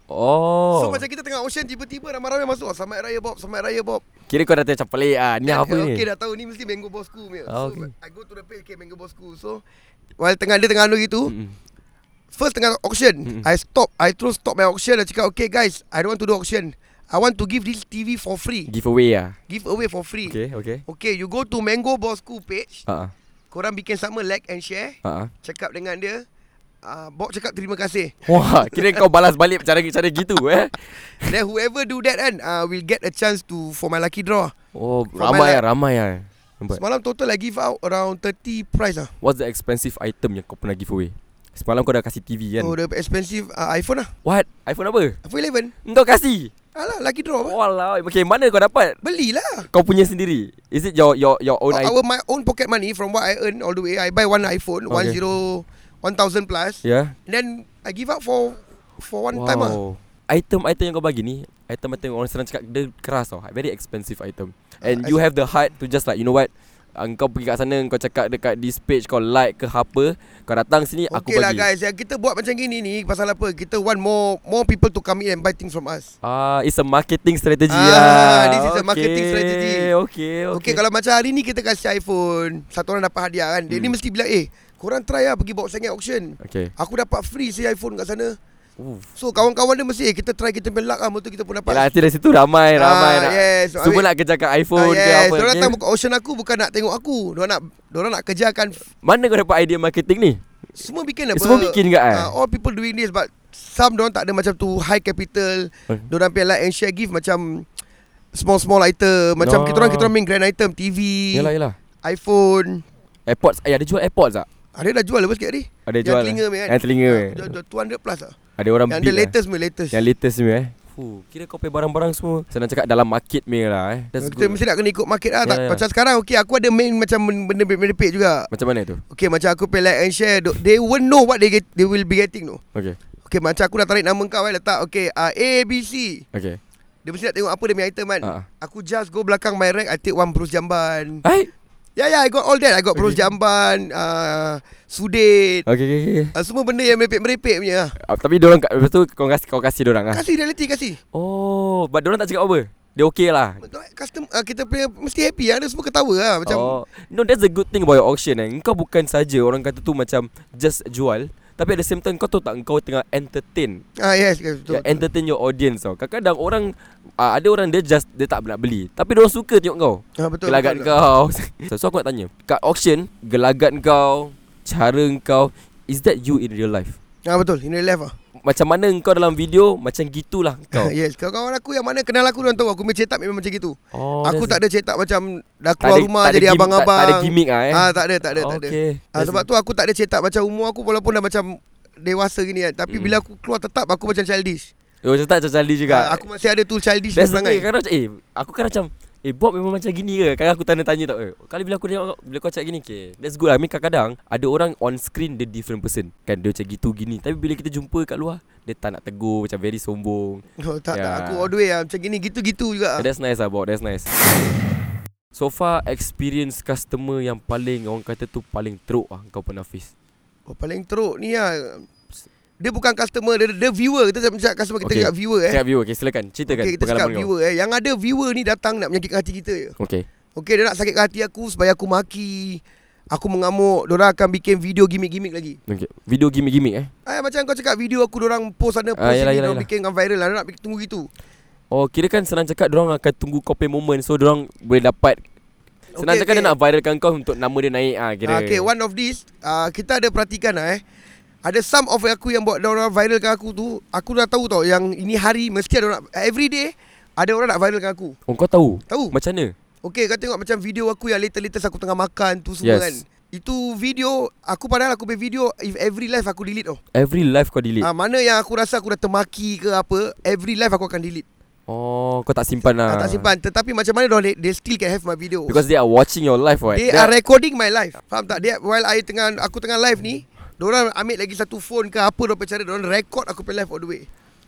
Speaker 2: Oh.
Speaker 3: So macam kita tengah auction tiba-tiba ramai-ramai masuk "Oh, selamat hari raya Bob, selamat hari raya Bob.
Speaker 2: kira kau dah tengok macam pelik ah. Ni
Speaker 3: Yeah,
Speaker 2: apa ni?
Speaker 3: Okay dah tahu ni mesti Mango Bosku punya.
Speaker 2: Ah,
Speaker 3: so
Speaker 2: okay.
Speaker 3: I go to the page okay, Mango Bosku. So while tengah dia tengah anu gitu,
Speaker 2: Mm-mm.
Speaker 3: first tengah auction, I stop, I terus stop my auction dan cakap okay guys, I don't want to do auction. I want to give this TV for free.
Speaker 2: Giveaway ah.
Speaker 3: Give away for free. Okay,
Speaker 2: Okay, okay.
Speaker 3: okay you go to Mango Bosku page.
Speaker 2: Ah.
Speaker 3: Korang bikin sama like and share.
Speaker 2: Ah. ah.
Speaker 3: Cakap dengan dia uh, Bob cakap terima kasih
Speaker 2: Wah, kira kau balas balik cara cara gitu eh.
Speaker 3: Then whoever do that kan uh, Will get a chance to For my lucky draw
Speaker 2: Oh,
Speaker 3: Formal
Speaker 2: ramai
Speaker 3: lah.
Speaker 2: ah, ramai ah. Nampak.
Speaker 3: Semalam total I give out Around 30 prize lah
Speaker 2: What's the expensive item yang kau pernah give away? Semalam kau dah kasih TV kan?
Speaker 3: So the expensive uh, iPhone lah
Speaker 2: What? iPhone apa?
Speaker 3: iPhone 11
Speaker 2: Kau kasih?
Speaker 3: Alah lucky draw apa
Speaker 2: Walau, okay, mana kau dapat?
Speaker 3: Belilah
Speaker 2: Kau punya sendiri? Is it your your your own
Speaker 3: Our,
Speaker 2: item?
Speaker 3: our my own pocket money From what I earn all the way I buy one iPhone
Speaker 2: Okay.
Speaker 3: okay. 10 1000 plus yeah.
Speaker 2: Yeah.
Speaker 3: Then I give out for For one wow. time lah
Speaker 2: Item-item yang kau bagi ni Item-item orang senang cakap Dia keras tau Very expensive item And
Speaker 3: Ah,
Speaker 2: you
Speaker 3: as-
Speaker 2: have the heart To just like You know what Ah, Kau pergi kat sana Kau cakap dekat this page Kau like ke apa Kau datang sini Aku
Speaker 3: Okay
Speaker 2: bagi
Speaker 3: lah guys ya, Kita buat macam gini ni Pasal apa Kita want more More people to come in And buy things from us
Speaker 2: Ah, it's a marketing strategy
Speaker 3: Ah,
Speaker 2: lah.
Speaker 3: this is a marketing
Speaker 2: Okay,
Speaker 3: strategy.
Speaker 2: Okay, okay.
Speaker 3: Okay, okay kalau macam hari ni Kita kasih iPhone Satu orang dapat hadiah kan Dia ni
Speaker 2: Hmm.
Speaker 3: mesti bilang Eh korang try lah Pergi bawa sangat auction
Speaker 2: okay.
Speaker 3: Aku dapat free si iPhone kat sana
Speaker 2: Ooh.
Speaker 3: So kawan-kawan dia mesti eh, Kita try kita punya luck lah Betul kita pun dapat
Speaker 2: Yalah, nanti dari situ ramai,
Speaker 3: Ah,
Speaker 2: ramai nak.
Speaker 3: yes.
Speaker 2: Semua
Speaker 3: Ambil-
Speaker 2: nak kerjakan iPhone
Speaker 3: Ah,
Speaker 2: ke apa.
Speaker 3: Diorang
Speaker 2: Okay.
Speaker 3: datang buka auction aku Bukan nak tengok aku Diorang nak Diorang nak kerjakan f-
Speaker 2: Mana kau dapat idea marketing ni?
Speaker 3: Semua bikin apa
Speaker 2: Semua bikin kat, eh?
Speaker 3: Ah, All people doing this But Some diorang tak ada macam tu High capital
Speaker 2: Eh.
Speaker 3: Diorang punya like and share gift Macam Small small item
Speaker 2: No.
Speaker 3: Macam kita orang Kita orang main grand item TV
Speaker 2: Yalah, yalah.
Speaker 3: iPhone
Speaker 2: AirPods. Eh, ada jual AirPods tak?
Speaker 3: ah, Dia dah jual lepas sikit hari
Speaker 2: Ada
Speaker 3: Yang
Speaker 2: jual. eh?
Speaker 3: telinga punya kan
Speaker 2: Yang telinga.
Speaker 3: Ah,
Speaker 2: punya.
Speaker 3: jual- jual 200 plus lah
Speaker 2: Ada orang
Speaker 3: Yang
Speaker 2: bid
Speaker 3: the
Speaker 2: lah.
Speaker 3: latest punya latest
Speaker 2: Yang latest semua eh Fuh, Kira kau pay barang-barang semua Senang cakap dalam market ni lah eh That's
Speaker 3: Kita
Speaker 2: good
Speaker 3: mesti nak kena ikut market lah tak?
Speaker 2: Ya, ya.
Speaker 3: Macam sekarang okay, Aku ada main macam benda merepek juga
Speaker 2: Macam mana tu?
Speaker 3: Okay macam aku pay like and share Dok- They won't know what they get, they will be getting no.
Speaker 2: Okay
Speaker 3: Okay macam aku dah tarik nama kau eh Letak okay uh, A, B, C
Speaker 2: Okay
Speaker 3: Dia mesti nak tengok apa dia punya item kan
Speaker 2: Ah.
Speaker 3: Aku just go belakang my rack I take one Bruce Jamban
Speaker 2: Hai
Speaker 3: Yeah yeah I got all that I got Bruce Jamban uh, Sudet
Speaker 2: Okay okay okay
Speaker 3: uh, Semua benda yang merepek-merepek punya lah.
Speaker 2: uh, Tapi diorang kat- Lepas tu kau kasih, kau kasih diorang lah
Speaker 3: Kasih reality kasih
Speaker 2: Oh But diorang tak cakap apa Dia okay lah
Speaker 3: Custom, uh, Kita punya mesti happy lah Dia semua ketawa lah Macam
Speaker 2: oh. No that's the good thing about your auction eh Kau bukan saja Orang kata tu macam Just jual Tapi at the same time Kau tahu tak Kau tengah entertain
Speaker 3: Ah yes, yes
Speaker 2: betul,
Speaker 3: betul.
Speaker 2: yeah, Entertain your audience tau Kadang-kadang orang uh, Ada orang dia just Dia tak nak beli Tapi diorang suka tengok kau
Speaker 3: Ah, betul.
Speaker 2: Gelagat
Speaker 3: betul.
Speaker 2: kau so, so aku nak tanya Kat auction Gelagat kau Cara kau Is that you in real life?
Speaker 3: Ah betul. Ini left ah.
Speaker 2: Macam mana kau dalam video Macam gitulah kau
Speaker 3: yes, kawan-kawan aku yang mana kenal aku orang tahu aku punya cetak memang macam gitu.
Speaker 2: oh,
Speaker 3: aku
Speaker 2: that's-
Speaker 3: tak ada cetak macam dah keluar rumah jadi
Speaker 2: gim-
Speaker 3: abang-abang.
Speaker 2: tak, tak ada gimmick lah eh
Speaker 3: Ah tak ada tak ada tak ada.
Speaker 2: okay.
Speaker 3: Ah sebab tu aku tak ada cetak macam umur aku walaupun dah macam dewasa gini kan. Tapi
Speaker 2: Mm.
Speaker 3: bila aku keluar tetap aku macam childish.
Speaker 2: Oh macam tak macam Charlie juga
Speaker 3: Ah, aku masih ada tu childish
Speaker 2: That's the thing
Speaker 3: perangai.
Speaker 2: kadang macam Eh aku kan macam Eh Bob memang macam gini ke Kadang aku tanya-tanya tau eh, Kali bila aku tengok Bila kau cakap gini okay, That's good lah I mean kadang-kadang Ada orang on screen Dia different person Kan dia macam gitu gini Tapi bila kita jumpa kat luar Dia tak nak tegur Macam very sombong
Speaker 3: Oh, tak, tak
Speaker 2: Yeah.
Speaker 3: aku all the way lah. macam gini gitu-gitu juga.
Speaker 2: Ah, That's nice lah Bob That's nice So far experience customer yang paling Orang kata tu paling teruk lah Kau pernah face
Speaker 3: Oh, paling teruk ni lah Dia bukan customer dia, dia viewer kita cakap customer kita
Speaker 2: Okay.
Speaker 3: okay. cakap viewer eh.
Speaker 2: Cakap viewer okay, Silakan ceritakan
Speaker 3: Okay, kita cakap
Speaker 2: pengalaman kau
Speaker 3: viewer eh. Yang ada viewer ni datang nak menyakitkan hati kita je.
Speaker 2: Okay
Speaker 3: Okay, dia nak sakitkan hati aku supaya aku maki. Aku mengamuk. Diorang akan bikin video gimmick-gimmick lagi.
Speaker 2: Okay. Video gimmick-gimmick eh
Speaker 3: Ah, macam kau cakap video aku diorang post sana, post
Speaker 2: Ah, yalah, yalah,
Speaker 3: sini, diorang
Speaker 2: yalah.
Speaker 3: bikin kan viral lah. Diorang nak bikin- tunggu gitu.
Speaker 2: Oh kira kan senang cakap Diorang akan tunggu kau pay moment So diorang boleh dapat Senang okay,
Speaker 3: Okey,
Speaker 2: cakap okay.
Speaker 3: okey.
Speaker 2: dia nak viralkan kau Untuk nama dia naik ah kira
Speaker 3: Ah, okay, one of these, ah, kita ada perhatikan lah eh. Ada some of aku yang buat diorang viralkan aku tu, aku dah tahu tau yang ini hari mesti ada orang, eh, every day ada orang nak viralkan aku.
Speaker 2: Oh kau tahu
Speaker 3: Tahu?
Speaker 2: Macam mana
Speaker 3: Okay, kau tengok macam video aku yang latest-latest aku tengah makan tu semua
Speaker 2: Yes.
Speaker 3: kan. Itu video, aku padahal aku punya video, if every live aku delete tau.
Speaker 2: Every live kau delete
Speaker 3: Ah mana yang aku rasa aku dah termaki ke apa, every live aku akan delete.
Speaker 2: Oh kau tak simpan lah
Speaker 3: Ah. tak simpan. Tetapi macam mana dia they still can have my video.
Speaker 2: Because they are watching your live right
Speaker 3: they are recording my live. Faham tak? Dia while I tengah aku tengah live ni, diorang ambil lagi satu phone ke apa dia cara diorang record aku punya live all the way.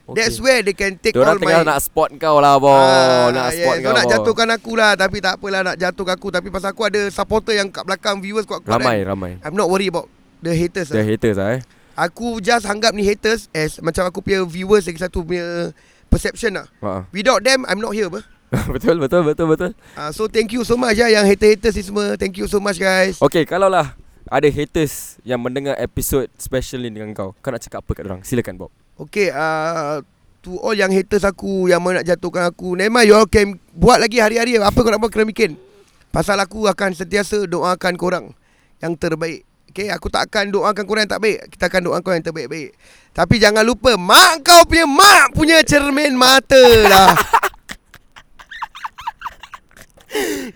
Speaker 3: Okay. That's where they can take
Speaker 2: Diorang
Speaker 3: all my Ah,
Speaker 2: tengah nak spot kau lah boh Nak spot
Speaker 3: yes.
Speaker 2: kau
Speaker 3: nak
Speaker 2: boh.
Speaker 3: jatuhkan aku lah Tapi tak apalah nak jatuhkan aku Tapi pasal aku ada supporter yang kat belakang Viewers kuat-kuat
Speaker 2: Ramai
Speaker 3: kan.
Speaker 2: ramai
Speaker 3: I'm not worried about The haters
Speaker 2: The
Speaker 3: lah.
Speaker 2: haters lah eh
Speaker 3: Aku just anggap ni haters As macam aku punya viewers Lagi satu punya Perception lah
Speaker 2: Ha.
Speaker 3: Without them I'm not here apa
Speaker 2: betul betul betul betul.
Speaker 3: Uh, so thank you so much ya yang hater-haters ni semua. Thank you so much guys.
Speaker 2: Okay, kalau lah ada haters yang mendengar episod special ni dengan kau, kau nak cakap apa kat orang? Silakan Bob.
Speaker 3: Okay, uh, to all yang haters aku yang mau nak jatuhkan aku. Never mind, you all can buat lagi hari-hari. Apa kau nak buat kena bikin. Pasal aku akan sentiasa doakan korang yang terbaik. Okay, aku tak akan doakan korang yang tak baik. Kita akan doakan korang yang terbaik-baik. Tapi jangan lupa, mak kau punya mak punya cermin mata lah.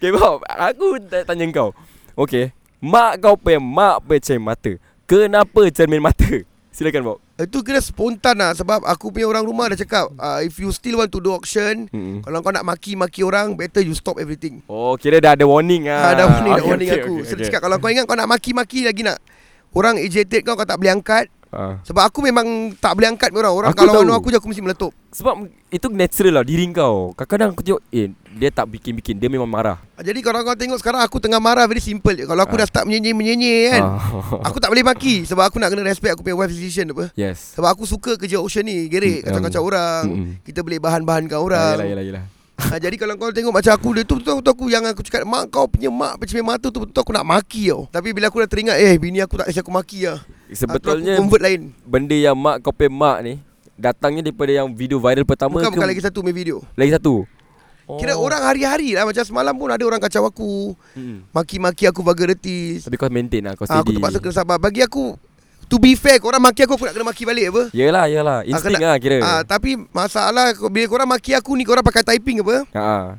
Speaker 2: Okay Bob Aku tak tanya kau Okay Mak kau punya Mak punya cermin mata Kenapa cermin mata Silakan Bob
Speaker 3: Itu Eh, kira spontan lah Sebab aku punya orang rumah dah cakap uh, If you still want to do auction
Speaker 2: Mm-mm.
Speaker 3: mm-hmm. Kalau kau nak maki-maki orang Better you stop everything
Speaker 2: Oh kira dah ada warning
Speaker 3: ah,
Speaker 2: ah.
Speaker 3: Dah warning, dah
Speaker 2: Okay,
Speaker 3: warning
Speaker 2: okay,
Speaker 3: aku
Speaker 2: okay,
Speaker 3: okay,
Speaker 2: okay.
Speaker 3: Cakap kalau kau ingat kau nak maki-maki lagi nak Orang ejected kau kau tak boleh angkat
Speaker 2: Ah.
Speaker 3: Sebab aku memang tak boleh angkat orang Orang
Speaker 2: Aku
Speaker 3: aku kalau
Speaker 2: tahu.
Speaker 3: tahu. aku je aku mesti meletup
Speaker 2: Sebab itu natural lah diri kau Kadang-kadang aku tengok Eh dia tak bikin-bikin Dia memang marah
Speaker 3: Ah, Jadi kalau kau tengok sekarang aku tengah marah very simple je Kalau aku dah start menyenyi-menyenyi kan
Speaker 2: Ah.
Speaker 3: Aku tak boleh maki Sebab aku nak kena respect aku punya wife's decision apa
Speaker 2: Yes
Speaker 3: Sebab aku suka kerja auction ni Gerek
Speaker 2: Mm,
Speaker 3: kacau-kacau
Speaker 2: um,
Speaker 3: orang
Speaker 2: mm-mm.
Speaker 3: Kita boleh bahan-bahankan
Speaker 2: Ah,
Speaker 3: orang
Speaker 2: Yelah yelah yelah
Speaker 3: ha, Jadi kalau kau tengok macam aku Dia tu betul-betul aku Yang aku cakap Mak kau punya mak Pecemin mata tu Betul-betul aku nak maki tau Tapi bila aku dah teringat Eh bini aku tak kasi aku maki lah
Speaker 2: Sebetulnya
Speaker 3: Aku convert lain
Speaker 2: Benda yang mak kau punya mak ni Datangnya daripada yang video viral pertama
Speaker 3: Bukan,
Speaker 2: ke
Speaker 3: bukan lagi satu main video
Speaker 2: lagi satu
Speaker 3: oh. Kira orang hari-hari lah Macam semalam pun ada orang kacau aku
Speaker 2: Mm-mm.
Speaker 3: Maki-maki aku vulgarities
Speaker 2: Tapi kau maintain lah Kau
Speaker 3: ha,
Speaker 2: steady
Speaker 3: Aku terpaksa kena sabar Bagi aku To be fair Korang maki aku Aku nak kena maki balik apa
Speaker 2: Yelah yelah
Speaker 3: Ah,
Speaker 2: Instinct
Speaker 3: kena-
Speaker 2: lah kira
Speaker 3: Ah, tapi masalah ko- bila korang maki aku ni korang pakai typing apa?
Speaker 2: Ha.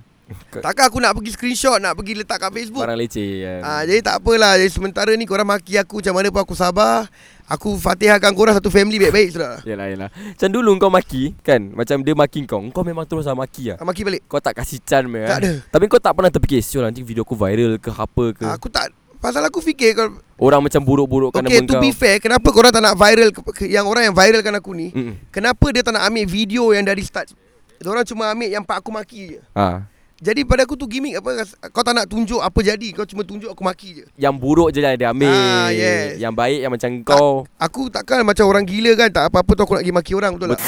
Speaker 3: Takkan aku nak pergi screenshot, nak pergi letak kat Facebook.
Speaker 2: Barang leceh kan.
Speaker 3: Ah, jadi tak apalah Jadi sementara ni korang maki aku Macam mana pun aku sabar Aku fatihahkan korang satu family baik-baik sudah.
Speaker 2: Yelah yelah Macam dulu kau maki Kan Macam dia maki kau Kau memang terus lah maki lah
Speaker 3: Ah, Maki balik
Speaker 2: Kau tak kasih can me
Speaker 3: Tak ada.
Speaker 2: Tapi kau tak pernah terfikir Sial nanti video aku viral ke Apa ke
Speaker 3: ah, Aku tak Pasal aku fikir kalau,
Speaker 2: Orang macam buruk-burukkan
Speaker 3: Okay
Speaker 2: nama
Speaker 3: to
Speaker 2: kau
Speaker 3: be fair Kenapa korang tak nak viral ke- ke- Yang orang yang viralkan aku ni
Speaker 2: Mm-mm.
Speaker 3: Kenapa dia tak nak ambil video yang dari start Orang cuma ambil yang part aku maki je
Speaker 2: ha.
Speaker 3: Jadi pada aku tu gimmick apa ras- Kau tak nak tunjuk apa jadi Kau cuma tunjuk aku maki je
Speaker 2: Yang buruk je lah dia ambil
Speaker 3: Ah, yes.
Speaker 2: Yang baik yang macam kau
Speaker 3: Aku takkan macam orang gila kan Tak apa-apa tu aku nak pergi maki orang betul tak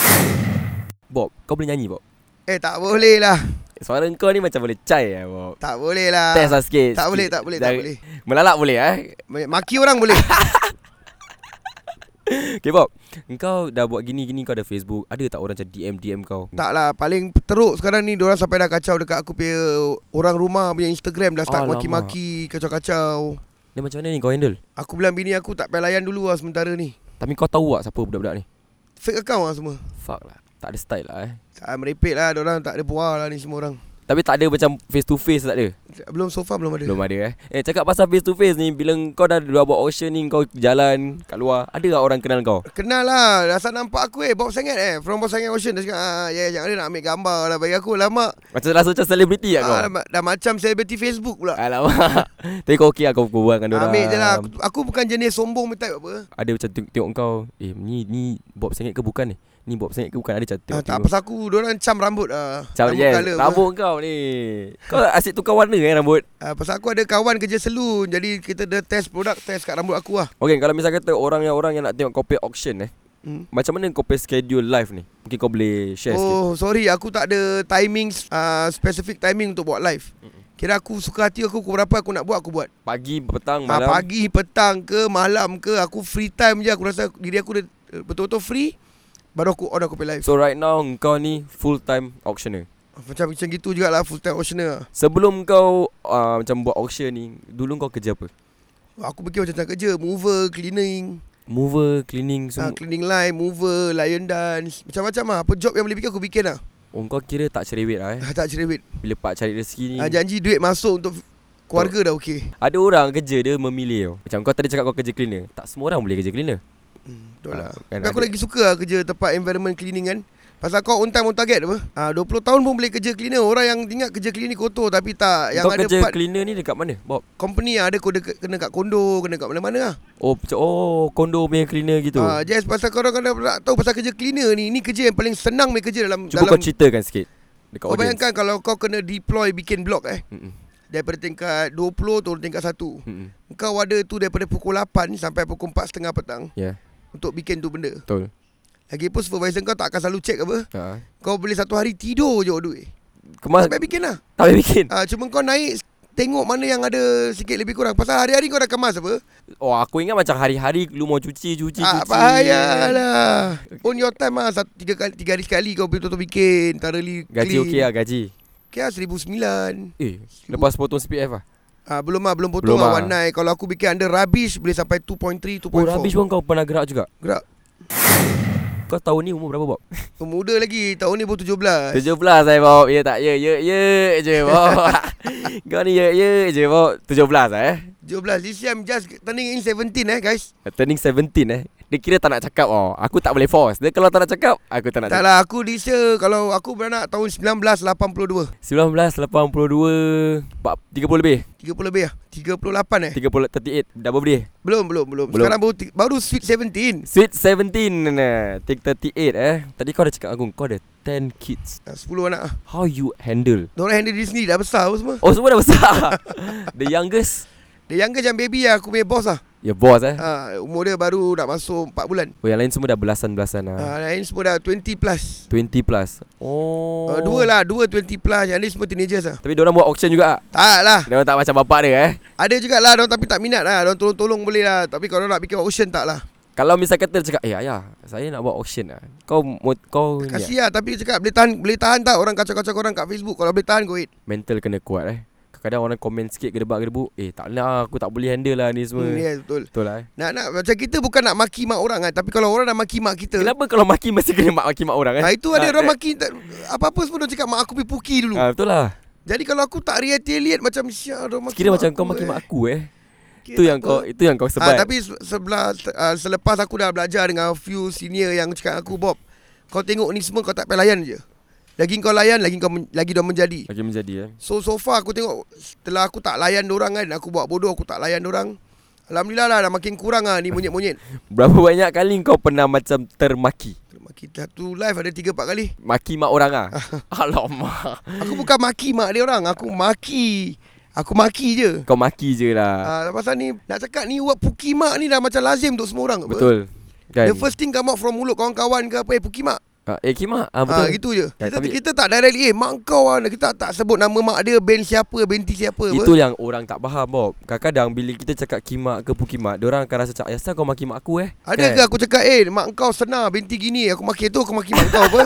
Speaker 2: Bob Kau boleh nyanyi Bob
Speaker 3: Eh tak boleh lah
Speaker 2: Suara kau ni macam boleh cai lah Bob
Speaker 3: Tak boleh lah
Speaker 2: Test lah sikit
Speaker 3: Tak boleh,
Speaker 2: sikit.
Speaker 3: tak boleh, tak
Speaker 2: Jangan-
Speaker 3: boleh.
Speaker 2: Melalak boleh eh
Speaker 3: Maki orang boleh
Speaker 2: Okay Bob Kau dah buat gini-gini Kau ada Facebook Ada tak orang macam DM-DM kau
Speaker 3: Tak lah Paling teruk sekarang ni Diorang sampai dah kacau Dekat aku punya Orang rumah punya Instagram Dah start
Speaker 2: Alamak.
Speaker 3: maki-maki Kacau-kacau
Speaker 2: Dia macam mana ni kau handle
Speaker 3: Aku bilang bini aku Tak payah layan dulu lah Sementara ni
Speaker 2: Tapi kau tahu tak Siapa budak-budak ni
Speaker 3: Fake account lah semua
Speaker 2: Fuck lah Tak ada style lah eh
Speaker 3: Tak merepek lah Diorang tak ada buah lah ni semua orang
Speaker 2: Tapi tak ada macam face to face
Speaker 3: Eh.
Speaker 2: tak ada
Speaker 3: Belum so far belum ada
Speaker 2: Belum ada eh Eh cakap pasal face to face ni Bila kau dah dah buat auction ni Kau jalan kat luar Ada tak orang kenal kau?
Speaker 3: Kenal lah Rasa nampak aku eh Bob Sangat eh From Bob Sangat Ocean Dia cakap ah, Ya jangan ada nak ambil gambar lah Bagi aku lama
Speaker 2: Macam rasa macam selebriti tak kau?
Speaker 3: ah, dah, dah macam celebrity Facebook pula
Speaker 2: Alamak Tapi kau okey lah kau berbual dengan Ah, diorang
Speaker 3: Ambil je lah aku, aku bukan jenis sombong punya type apa Ah,
Speaker 2: Ada macam tengok, tengok kau Eh ni ni Bob sengit ke bukan ni? Ni Bob sengit ke bukan? Ada macam
Speaker 3: ah,
Speaker 2: tengok,
Speaker 3: Tak
Speaker 2: tengok.
Speaker 3: pasal aku Diorang cam rambut ah,
Speaker 2: Macam yes,
Speaker 3: colour apa.
Speaker 2: rambut kau ni Kau asyik tukar warna eh rambut
Speaker 3: Uh, pasal aku ada kawan kerja saloon Jadi kita dah test produk Test kat rambut aku lah
Speaker 2: Okay kalau misalnya kata orang yang orang yang nak tengok kau pay auction eh
Speaker 3: hmm.
Speaker 2: Macam mana kau pay schedule live ni? Mungkin kau boleh share sikit
Speaker 3: Oh sorry aku tak ada timing uh, Specific timing untuk buat live Kira aku suka hati aku Pukul berapa aku nak buat aku buat
Speaker 2: Pagi, petang,
Speaker 3: uh,
Speaker 2: malam
Speaker 3: Pagi, petang ke malam ke Aku free time je Aku rasa diri aku dah, uh, betul-betul free Baru aku on aku pergi live so,
Speaker 2: So right now kau ni full time auctioneer
Speaker 3: Macam macam gitu jugalah full time auctioneer lah.
Speaker 2: Sebelum kau uh, macam buat auction ni Dulu kau kerja apa?
Speaker 3: Aku fikir macam-macam kerja Mover, cleaning
Speaker 2: Mover, cleaning
Speaker 3: so, uh,
Speaker 2: semua
Speaker 3: Cleaning line, mover, lion dance Macam-macam lah Apa job yang boleh bikin aku bikin lah
Speaker 2: Oh kau kira tak cerewet lah eh
Speaker 3: uh, Tak cerewet
Speaker 2: Bila pak cari rezeki ni
Speaker 3: uh, Janji duit masuk untuk Keluarga dah okey
Speaker 2: Ada orang kerja dia memilih tau Macam kau tadi cakap kau kerja cleaner Tak semua orang boleh kerja cleaner
Speaker 3: Betul lah.
Speaker 2: Ah, kan
Speaker 3: Tapi aku
Speaker 2: ada-
Speaker 3: lagi suka lah kerja tempat environment cleaning kan. Pasal kau on time on target apa? Ah 20 tahun pun boleh kerja cleaner. Orang yang ingat kerja cleaner kotor tapi tak. Yang
Speaker 2: Kau
Speaker 3: ada
Speaker 2: kerja
Speaker 3: part
Speaker 2: cleaner ni dekat mana Bob?
Speaker 3: company yang ada kode ke- kena kat kondo, kena kat mana-mana lah.
Speaker 2: Oh, macam- oh kondo punya cleaner gitu
Speaker 3: Ah just pasal kau orang tak tahu pasal kerja cleaner ni. Ni kerja yang paling senang main kerja dalam
Speaker 2: Cuba
Speaker 3: dalam
Speaker 2: kau ceritakan sikit Dekat
Speaker 3: Kau
Speaker 2: audience
Speaker 3: bayangkan kalau kau kena deploy bikin blok eh
Speaker 2: Mm-mm.
Speaker 3: daripada tingkat 20 turun tingkat 1.
Speaker 2: Mm-mm.
Speaker 3: Kau ada tu daripada pukul 8 sampai pukul 4.30 petang
Speaker 2: Ya yeah,
Speaker 3: untuk bikin tu benda.
Speaker 2: betul
Speaker 3: Lagipun supervisor kau tak akan selalu check apa.
Speaker 2: ha.
Speaker 3: Kau boleh satu hari tidur je duit.
Speaker 2: Kemas
Speaker 3: Sampai bikin lah
Speaker 2: Tak boleh bikin
Speaker 3: uh, Cuma kau naik Tengok mana yang ada Sikit lebih kurang Pasal hari-hari kau dah kemas apa
Speaker 2: Oh aku ingat macam hari-hari Lu mau cuci Cuci
Speaker 3: ah,
Speaker 2: cuci
Speaker 3: Payahlah On your time lah satu, tiga, kali, tiga hari sekali kau betul-betul bikin Thoroughly
Speaker 2: Gaji
Speaker 3: clean
Speaker 2: okey lah gaji
Speaker 3: Okay lah 1009
Speaker 2: Eh lepas potong CPF lah
Speaker 3: Ah, belum ah belum potong
Speaker 2: Belum
Speaker 3: belum
Speaker 2: ah.
Speaker 3: ah one night. Kalau aku bikin under rubbish boleh sampai 2.3 2.4.
Speaker 2: Oh rubbish pun kau pernah gerak juga
Speaker 3: Gerak.
Speaker 2: Kau tahun ni umur berapa Bob?
Speaker 3: Muda lagi. Tahun ni baru 17.
Speaker 2: 17 saya Bob Ya tak ya ya ya je Bob Kau ni ya ya je Bob 17 lah eh
Speaker 3: 17. This year I'm just turning in 17 eh guys.
Speaker 2: Turning 17 eh Dia kira tak nak cakap oh. Aku tak boleh force Dia kalau tak nak cakap Aku tak nak
Speaker 3: Tak
Speaker 2: cakap
Speaker 3: lah aku this year kalau aku beranak tahun 1982.
Speaker 2: 1982 empat- 30 lebih
Speaker 3: 30 lebih ah. 38 eh.
Speaker 2: 30 38 Dah birthday
Speaker 3: Belum belum belum.
Speaker 2: Belum.
Speaker 3: Sekarang baru ti- baru sweet 17.
Speaker 2: Sweet 17 eh, 38 eh Tadi kau dah cakap aku Kau ada 10 kids
Speaker 3: Ah, 10 anak ah.
Speaker 2: How you handle
Speaker 3: Diorang handle diri sendiri dah besar apa semua.
Speaker 2: Oh semua dah besar The youngest
Speaker 3: Dia younger macam baby lah aku punya boss lah.
Speaker 2: Your boss eh
Speaker 3: Ah, umur dia baru nak masuk 4 bulan.
Speaker 2: Oh yang lain semua dah belasan-belasan lah
Speaker 3: Ah, lain semua dah 20 plus.
Speaker 2: 20 plus Oh
Speaker 3: Uh, dua lah, dua 20 plus. Yang ni semua teenagers lah.
Speaker 2: Tapi diorang buat auction juga
Speaker 3: Tak lah.
Speaker 2: Dia tak macam bapak dia eh
Speaker 3: Ada jugalah orang tapi tak minat lah. Orang tolong-tolong boleh lah. Tapi kalau nak bikin auction tak lah.
Speaker 2: Kalau misal kata dia cakap Eh ayah Saya nak buat auction lah Kau mo- Kau ni ah,
Speaker 3: Kasih lah tapi cakap boleh tahan boleh tahan tak orang kacau-kacau korang kat Facebook. Kalau boleh tahan go it.
Speaker 2: Mental kena kuat eh Kadang-kadang orang komen sikit Gedebak-gedebuk Eh tak nak lah, Aku tak boleh handle lah ni semua
Speaker 3: Hmm, yes, betul.
Speaker 2: Betul lah eh
Speaker 3: Nak nak macam kita bukan nak maki mak orang kan tapi kalau orang nak maki mak kita.
Speaker 2: Kenapa kalau maki Masih kena maki mak orang eh
Speaker 3: Ha, itu ada
Speaker 2: Ah,
Speaker 3: orang
Speaker 2: that-
Speaker 3: maki tak, apa-apa semua orang cakap mak aku pergi puki dulu.
Speaker 2: ah, Betul lah
Speaker 3: Jadi kalau aku tak retaliate macam sial orang maki.
Speaker 2: Kira
Speaker 3: mak
Speaker 2: macam kau
Speaker 3: aku,
Speaker 2: maki
Speaker 3: eh.
Speaker 2: mak aku eh
Speaker 3: Kira
Speaker 2: Itu
Speaker 3: tak
Speaker 2: yang
Speaker 3: apa.
Speaker 2: kau Itu yang kau
Speaker 3: Ah,
Speaker 2: sebat
Speaker 3: tapi se- sebelah uh, selepas aku dah belajar dengan few senior yang cakap aku Bob, kau tengok ni semua kau tak payah layan je. Lagi kau layan, lagi kau men- lagi dah menjadi.
Speaker 2: Lagi menjadi eh
Speaker 3: So so far aku tengok setelah aku tak layan orang kan, aku buat bodoh aku tak layan orang. Alhamdulillah lah dah makin kurang ah ni monyet-monyet.
Speaker 2: Berapa banyak kali kau pernah macam termaki
Speaker 3: Maki satu live ada 3 4 kali.
Speaker 2: Maki mak orang ah. Alamak
Speaker 3: Aku bukan maki mak dia orang, aku maki. Aku maki je.
Speaker 2: Kau maki je lah
Speaker 3: Ah uh, pasal ni nak cakap ni buat puki mak ni dah macam lazim untuk semua orang. apa.
Speaker 2: Betul kan?
Speaker 3: The first thing come out from mulut kawan-kawan ke apa eh puki mak.
Speaker 2: Ah, eh Kima ah,
Speaker 3: Ha,
Speaker 2: betul.
Speaker 3: gitu je.
Speaker 2: Ya,
Speaker 3: Kita,
Speaker 2: tapi-
Speaker 3: kita tak direct eh mak kau lah. Kita tak sebut nama mak dia, band siapa, binti siapa
Speaker 2: Itu yang orang tak faham Bob Kadang-kadang bila kita cakap kimak ke pukimak Diorang akan rasa cakap Asal kau maki mak aku eh
Speaker 3: Ada ke aku cakap eh mak kau senar binti gini aku maki tu aku maki mak kau apa?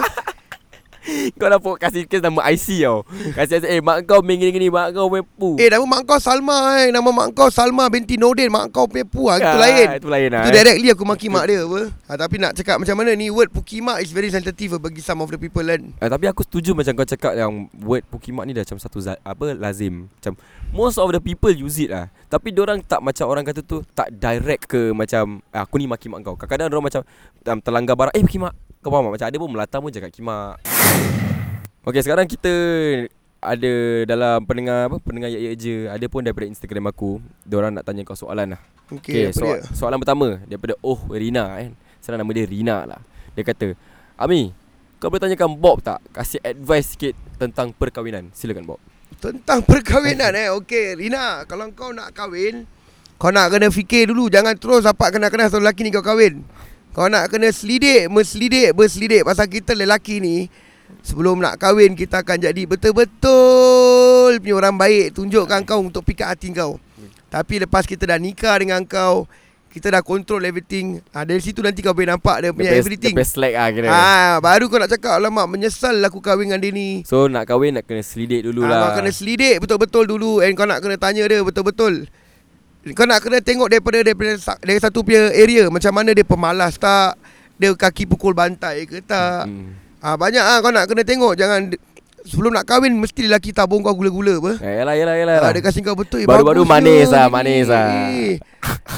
Speaker 2: Kau dapat kasih kes nama IC tau Kasih IC Eh mak kau main gini-gini Mak kau main pu
Speaker 3: Eh nama mak kau Salma eh. Nama mak kau Salma binti Nordin mak kau punya pu ah itu lain.
Speaker 2: Itu lain lah
Speaker 3: Itu
Speaker 2: eh.
Speaker 3: directly aku maki mak dia apa. Ha, tapi nak cakap macam mana ni word puki mak is very sensitive eh, bagi some of the people kan.
Speaker 2: Ah, tapi aku setuju macam kau cakap yang word pukimak ni dah macam satu za- apa lazim. Macam most of the people use it lah. Tapi diorang tak macam orang kata tu tak direct ke macam ah, aku ni maki mak kau. Kadang-kadang diorang macam um, terlanggar barang. Eh pukimak. Kau faham tak? Macam ada pun Melata pun cakap kimak. Okay sekarang kita ada dalam pendengar apa pendengar ya je ada pun daripada Instagram aku diorang nak tanya kau soalan lah.
Speaker 3: Okey, okay, apa
Speaker 2: so,
Speaker 3: dia?
Speaker 2: soalan pertama daripada Oh Rina kan. Sekarang nama dia Rina lah. Dia kata, "Ami, kau boleh tanyakan Bob tak? Kasih advice sikit tentang perkahwinan. Silakan Bob."
Speaker 3: Tentang perkahwinan eh Okey Rina Kalau kau nak kahwin Kau nak kena fikir dulu Jangan terus dapat kena-kena Satu lelaki ni kau kahwin Kau nak kena selidik Berselidik Berselidik Pasal kita lelaki ni Sebelum nak kahwin Kita akan jadi betul-betul Punya orang baik Tunjukkan kau Untuk pikat hati kau Tapi lepas kita dah nikah dengan kau Kita dah control everything ha, Dari situ nanti kau boleh nampak Dia punya
Speaker 2: best,
Speaker 3: everything
Speaker 2: the best leg ah kira.
Speaker 3: ha, Baru kau nak cakap Alamak menyesal lah aku kahwin dengan dia ni
Speaker 2: So nak kahwin nak kena selidik lah.
Speaker 3: Ah,
Speaker 2: dululah.
Speaker 3: Kau kena selidik betul-betul dulu And kau nak kena tanya dia betul-betul Kau nak kena tengok daripada daripada, sa- dari satu punya area Macam mana dia pemalas tak Dia kaki pukul bantai ke tak
Speaker 2: Hmm.
Speaker 3: ah, Banyak ah kau nak kena tengok Jangan Sebelum nak kahwin Mesti lelaki tabung kau gula-gula apa
Speaker 2: Eh, yalah yalah yalah.
Speaker 3: Ah,
Speaker 2: yalah.
Speaker 3: dia kasi kau betul eh,
Speaker 2: Baru-baru
Speaker 3: bagus
Speaker 2: manis
Speaker 3: je
Speaker 2: ah,
Speaker 3: ni.
Speaker 2: manis ah.
Speaker 3: Eh,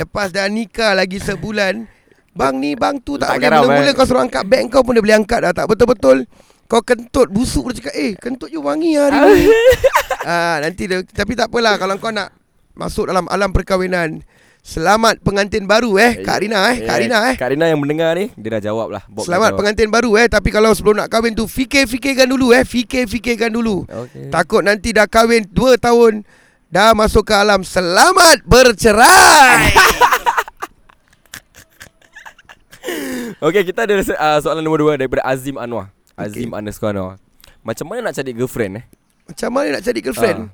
Speaker 3: Lepas dah nikah lagi sebulan Bang ni bang tu
Speaker 2: Letak
Speaker 3: tak boleh
Speaker 2: garam,
Speaker 3: Mula-mula
Speaker 2: eh.
Speaker 3: kau suruh angkat bank kau pun dia boleh angkat dah Tak betul-betul Kau kentut busuk Dia cakap eh kentut je wangi hari ni ah, Nanti dia Tapi tak apalah Kalau kau nak Masuk dalam alam perkahwinan Selamat pengantin baru eh Kak Rina eh Kak Rina eh
Speaker 2: Kak Rina yang mendengar ni dia dah jawab lah. Bob dah
Speaker 3: Selamat
Speaker 2: jawab.
Speaker 3: pengantin baru eh Tapi kalau sebelum nak kahwin tu Fikir-fikirkan dulu eh Fikir-fikirkan dulu
Speaker 2: Okay.
Speaker 3: Takut nanti dah kahwin 2 tahun Dah masuk ke alam Selamat bercerai
Speaker 2: Okay kita ada se- ah, soalan nombor dua daripada Azim Anwar. Azim underscore Anwar. Macam mana nak cari girlfriend eh?
Speaker 3: Macam mana nak jadi girlfriend?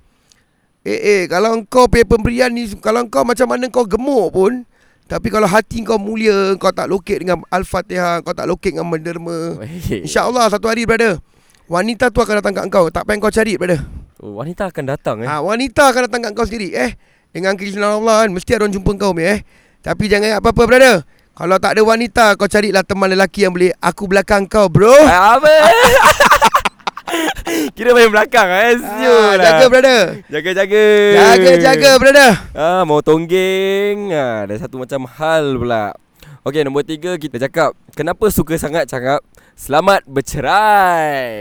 Speaker 3: Eh eh Kalau kau punya pemberian ni Kalau kau macam mana kau gemuk pun Tapi kalau hati kau mulia Kau tak lokek dengan Al-Fatihah Kau tak lokek dengan menderma
Speaker 2: Hey.
Speaker 3: InsyaAllah satu hari brother Wanita tu akan datang kat kau Tak payah kau cari brother
Speaker 2: Oh, wanita akan datang eh.
Speaker 3: Ha, wanita akan datang kat kau sendiri eh. Dengan keizinan Allah kan mesti ada orang jumpa kau meh eh. Tapi jangan ingat apa-apa brother. Kalau tak ada wanita kau carilah teman lelaki yang boleh aku belakang kau bro. Ha,
Speaker 2: Ah, Apa? Kira main belakang eh. Siul lah.
Speaker 3: Ah, jaga brother.
Speaker 2: Jaga-jaga.
Speaker 3: Jaga-jaga brother.
Speaker 2: Ah, mau tonggeng. Ah, ada satu macam hal pula. Okey, nombor tiga kita cakap. Kenapa suka sangat cakap selamat bercerai?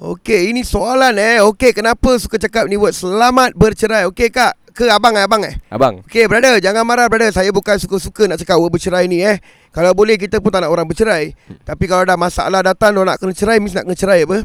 Speaker 3: Okey, ini soalan eh. Okey, kenapa suka cakap ni word selamat bercerai? Okey kak, ke abang eh, abang eh.
Speaker 2: Abang.
Speaker 3: Okay brother Jangan marah brother Saya bukan suka-suka nak cakap Orang bercerai ni eh Kalau boleh kita pun tak nak orang bercerai Tapi kalau dah masalah datang Orang nak kena cerai Mesti nak kena cerai apa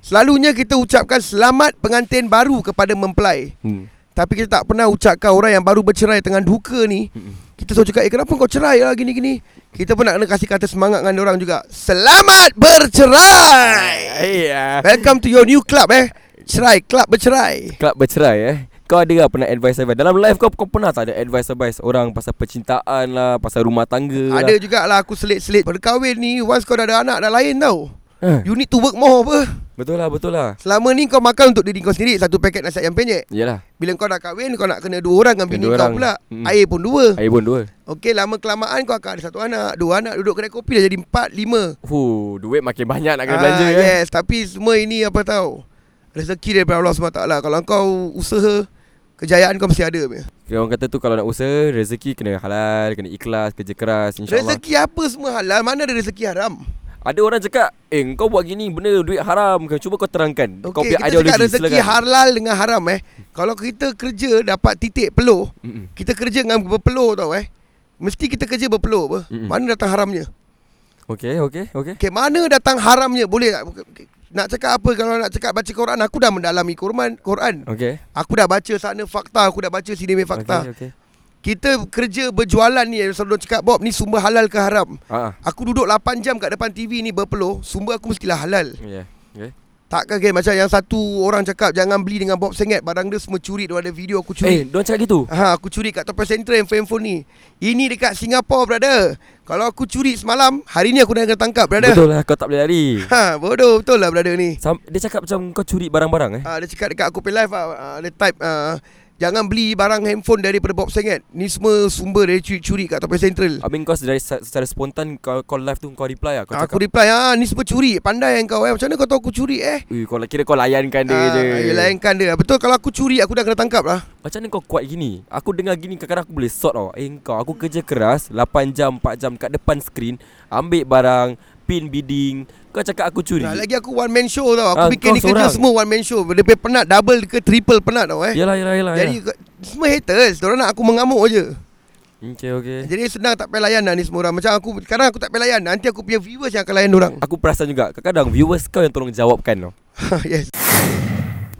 Speaker 3: Selalunya kita ucapkan Selamat pengantin baru Kepada mempelai
Speaker 2: Hmm.
Speaker 3: Tapi kita tak pernah ucapkan Orang yang baru bercerai Tengah duka ni Kita selalu cakap Eh kenapa kau cerai lah Gini-gini Kita pun nak kena kasih kata semangat Dengan orang juga Selamat bercerai
Speaker 2: Hey, ah.
Speaker 3: Welcome to your new club eh Cerai Club bercerai
Speaker 2: Kelab bercerai eh Kau ada tak pernah advice-advice Dalam live kau kau pernah tak ada advice-advice Orang pasal percintaan lah Pasal rumah tangga
Speaker 3: Ada
Speaker 2: lah.
Speaker 3: jugalah aku selit-selit Pada kahwin ni Once kau dah ada anak Dah lain tau
Speaker 2: Eh,
Speaker 3: You need to work more apa
Speaker 2: Betul lah betul lah
Speaker 3: Selama ni kau makan untuk diri kau sendiri Satu paket nasi ayam penyet
Speaker 2: Yelah
Speaker 3: Bila kau dah kahwin Kau nak kena dua orang Dengan
Speaker 2: Kena
Speaker 3: bini
Speaker 2: dua
Speaker 3: kau
Speaker 2: orang.
Speaker 3: pula
Speaker 2: Mm.
Speaker 3: mm. Air pun dua
Speaker 2: Air pun dua
Speaker 3: Okey lama kelamaan Kau akan ada satu anak Dua anak duduk kedai kopi Dah jadi empat Lima
Speaker 2: Huh, duit makin banyak nak kena belanja eh.
Speaker 3: Ah, Yes Tapi semua ini apa tahu Rezeki daripada Allah SWT lah. Kalau kau usaha Kejayaan kau mesti ada punya.
Speaker 2: Kira Orang kata tu kalau nak usaha Rezeki kena halal Kena ikhlas Kerja keras InsyaAllah
Speaker 3: Rezeki apa semua halal Mana ada rezeki haram
Speaker 2: Ada orang cakap Eh kau buat gini Benda duit haram ke Cuba kau terangkan Kau
Speaker 3: Okey
Speaker 2: punya
Speaker 3: kita cakap
Speaker 2: ideologi
Speaker 3: rezeki
Speaker 2: silakan.
Speaker 3: halal dengan haram eh Kalau kita kerja dapat titik peluh
Speaker 2: Mm-mm.
Speaker 3: Kita kerja dengan berpeluh tau eh Mesti kita kerja berpeluh apa
Speaker 2: Mm-mm.
Speaker 3: Mana datang haramnya
Speaker 2: Okey okey okey
Speaker 3: Okay, mana datang haramnya Boleh tak Nak cakap apa Kalau nak cakap baca Quran Aku dah mendalami Quran, Quran.
Speaker 2: Okey
Speaker 3: Aku dah baca sana fakta Aku dah baca sini punya fakta
Speaker 2: Okey okey
Speaker 3: Kita kerja berjualan ni Selalu cakap Bob ni sumber halal ke haram
Speaker 2: Ah.
Speaker 3: Aku duduk 8 jam kat depan TV ni berpeluh Sumber aku mestilah halal
Speaker 2: Yeah okay.
Speaker 3: Takkan geng macam yang satu orang cakap Jangan beli dengan Bob Senget Barang dia semua curi Dia ada video aku
Speaker 2: Eh,
Speaker 3: curi
Speaker 2: diorang cakap gitu
Speaker 3: Ha, aku curi kat Topper Central handphone ni Ini dekat Singapura brother Kalau aku curi semalam Hari ni aku dah kena tangkap brother
Speaker 2: Betul lah kau tak boleh lari
Speaker 3: Ha, bodoh betul lah brother ni.
Speaker 2: Sam- Dia cakap macam kau curi barang-barang eh
Speaker 3: Ha, dia cakap dekat aku pay live ah, ah, dia type ah, jangan beli barang handphone daripada Bob Senget. Ni semua sumber dari curi-curi kat Topeng Central.
Speaker 2: I mean kau secara, secara spontan kau, kau live tu kau reply lah Kau
Speaker 3: aku
Speaker 2: cakap
Speaker 3: reply, ah ni semua curi. Pandai yang kau eh. Macam mana kau tahu aku curi eh?
Speaker 2: Ui, kau lah, kira kau layankan dia je
Speaker 3: dia Ah, layankan dia. Betul kalau aku curi aku dah kena tangkap lah.
Speaker 2: Macam mana kau kuat gini Aku dengar gini kadang-kadang aku boleh sort tau Eh kau aku kerja keras 8 jam 4 jam kat depan screen Ambil barang Pin bidding Kau cakap aku curi
Speaker 3: Nah, lagi aku one man show tau. Aku
Speaker 2: Ah,
Speaker 3: fikir
Speaker 2: kau
Speaker 3: ni kerja
Speaker 2: seorang.
Speaker 3: semua one man show. Dia punya penat double ke triple penat tau eh.
Speaker 2: Yalah yalah yalah
Speaker 3: Jadi kau- semua haters, Diorang nak aku mengamuk je.
Speaker 2: yalah. Okay okay
Speaker 3: Jadi senang tak payah layan lah ni semua orang. Macam aku sekarang aku tak payah layan. Nanti aku punya viewers yang akan layan orang.
Speaker 2: Aku perasan juga Kadang-kadang viewers kau yang tolong jawabkan tau
Speaker 3: yes.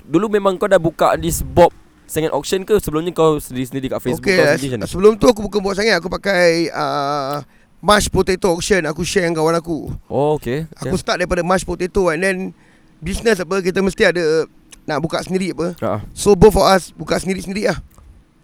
Speaker 2: Dulu memang kau dah buka this Bob Sengen auction ke Sebelumnya kau sendiri-sendiri kat Facebook
Speaker 3: Okey,
Speaker 2: kau sendiri macam
Speaker 3: eh, se-
Speaker 2: mana?
Speaker 3: sebelum tu aku bukan buat sangat Aku pakai uh, mashed potato auction Aku share dengan kawan aku
Speaker 2: Oh okay,
Speaker 3: Aku start daripada mashed potato And then Business apa Kita mesti ada Nak buka sendiri apa
Speaker 2: yeah. ah.
Speaker 3: So both of us Buka sendiri-sendiri lah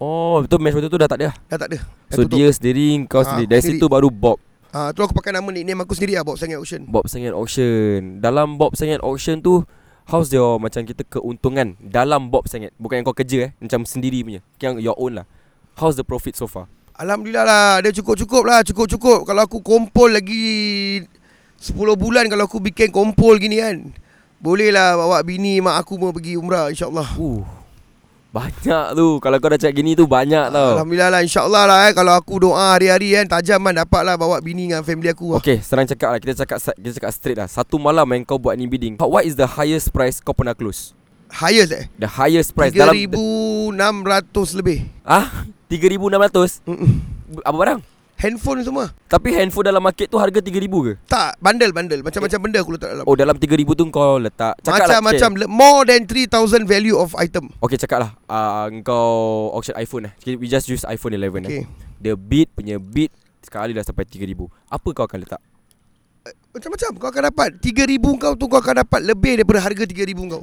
Speaker 2: Oh betul match betul tu dah tak ada lah.
Speaker 3: Dah tak ada Dah
Speaker 2: So dia sendiri Kau
Speaker 3: Ah,
Speaker 2: sendiri Dari
Speaker 3: sendiri.
Speaker 2: situ baru Bob
Speaker 3: uh, Tu aku pakai nama nickname aku sendiri lah Bob Sangat Auction
Speaker 2: Bob Sengit Auction Dalam Bob Sengit Auction tu How's your Macam kita keuntungan Dalam Bob Sengit Bukan yang kau kerja eh Macam sendiri punya Yang your own lah How's the profit so far
Speaker 3: Alhamdulillah lah Dia cukup-cukup lah Cukup-cukup Kalau aku kumpul lagi 10 bulan Kalau aku bikin kumpul gini kan Boleh lah bawa bini Mak aku pun pergi umrah InsyaAllah
Speaker 2: Uh Banyak tu Kalau kau dah cakap gini tu Banyak tau
Speaker 3: Alhamdulillah lah InsyaAllah lah eh Kalau aku doa hari-hari kan Tajam kan dapat lah Bawa bini dengan family aku lah.
Speaker 2: Okay serang cakap lah Kita cakap sa- kita cakap straight lah Satu malam yang kau buat ni bidding What is the highest price kau pernah close
Speaker 3: Highest eh
Speaker 2: The highest price dalam
Speaker 3: 3,600 lebih
Speaker 2: Ah 3,600
Speaker 3: Mm-mm.
Speaker 2: Apa barang
Speaker 3: Handphone semua
Speaker 2: Tapi handphone dalam market tu harga 3,000 ke
Speaker 3: Tak Bundle-bundle Macam-macam benda aku letak dalam
Speaker 2: Oh dalam 3,000 tu kau letak Cakap lah
Speaker 3: Macam-macam le- More than 3,000 value of item
Speaker 2: Okay cakap lah uh, Kau auction iPhone lah Okay, We just use iPhone 11 okay. eh
Speaker 3: Okay
Speaker 2: The bid punya bid Sekali dah sampai 3000 Apa kau akan letak?
Speaker 3: Macam-macam Kau akan dapat 3,000 kau tu Kau akan dapat lebih daripada harga 3,000 kau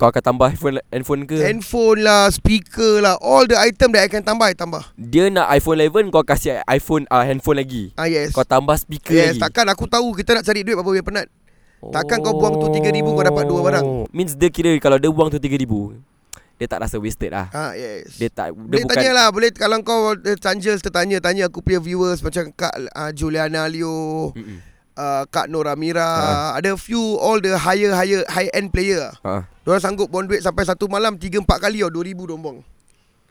Speaker 2: Kau akan tambah iPhone handphone ke?
Speaker 3: Handphone lah Speaker lah All the item that I can tambah I tambah
Speaker 2: Dia nak iPhone 11 Kau kasih iPhone uh, handphone lagi
Speaker 3: Ah yes
Speaker 2: Kau tambah speaker
Speaker 3: Yes
Speaker 2: lagi
Speaker 3: takkan aku tahu Kita nak cari duit Apa yang penat Takkan kau buang tu 3,000 kau dapat dua barang.
Speaker 2: Oh. Means dia kira kalau dia buang tu 3,000 Dia tak rasa wasted lah
Speaker 3: Ah yes.
Speaker 2: Dia tak Dia,
Speaker 3: Dia,
Speaker 2: bukan
Speaker 3: tanya lah Boleh kalau kau eh, Tanya tertanya-tanya Aku punya viewers Macam Kak uh, Juliana Leo
Speaker 2: Mm-mm. Ah.
Speaker 3: uh, Kak Nora Mira Ada few All the higher higher High end player lah.
Speaker 2: ha.
Speaker 3: Diorang sanggup bond duit Sampai satu malam 3-4 kali oh, 2,000 diorang buang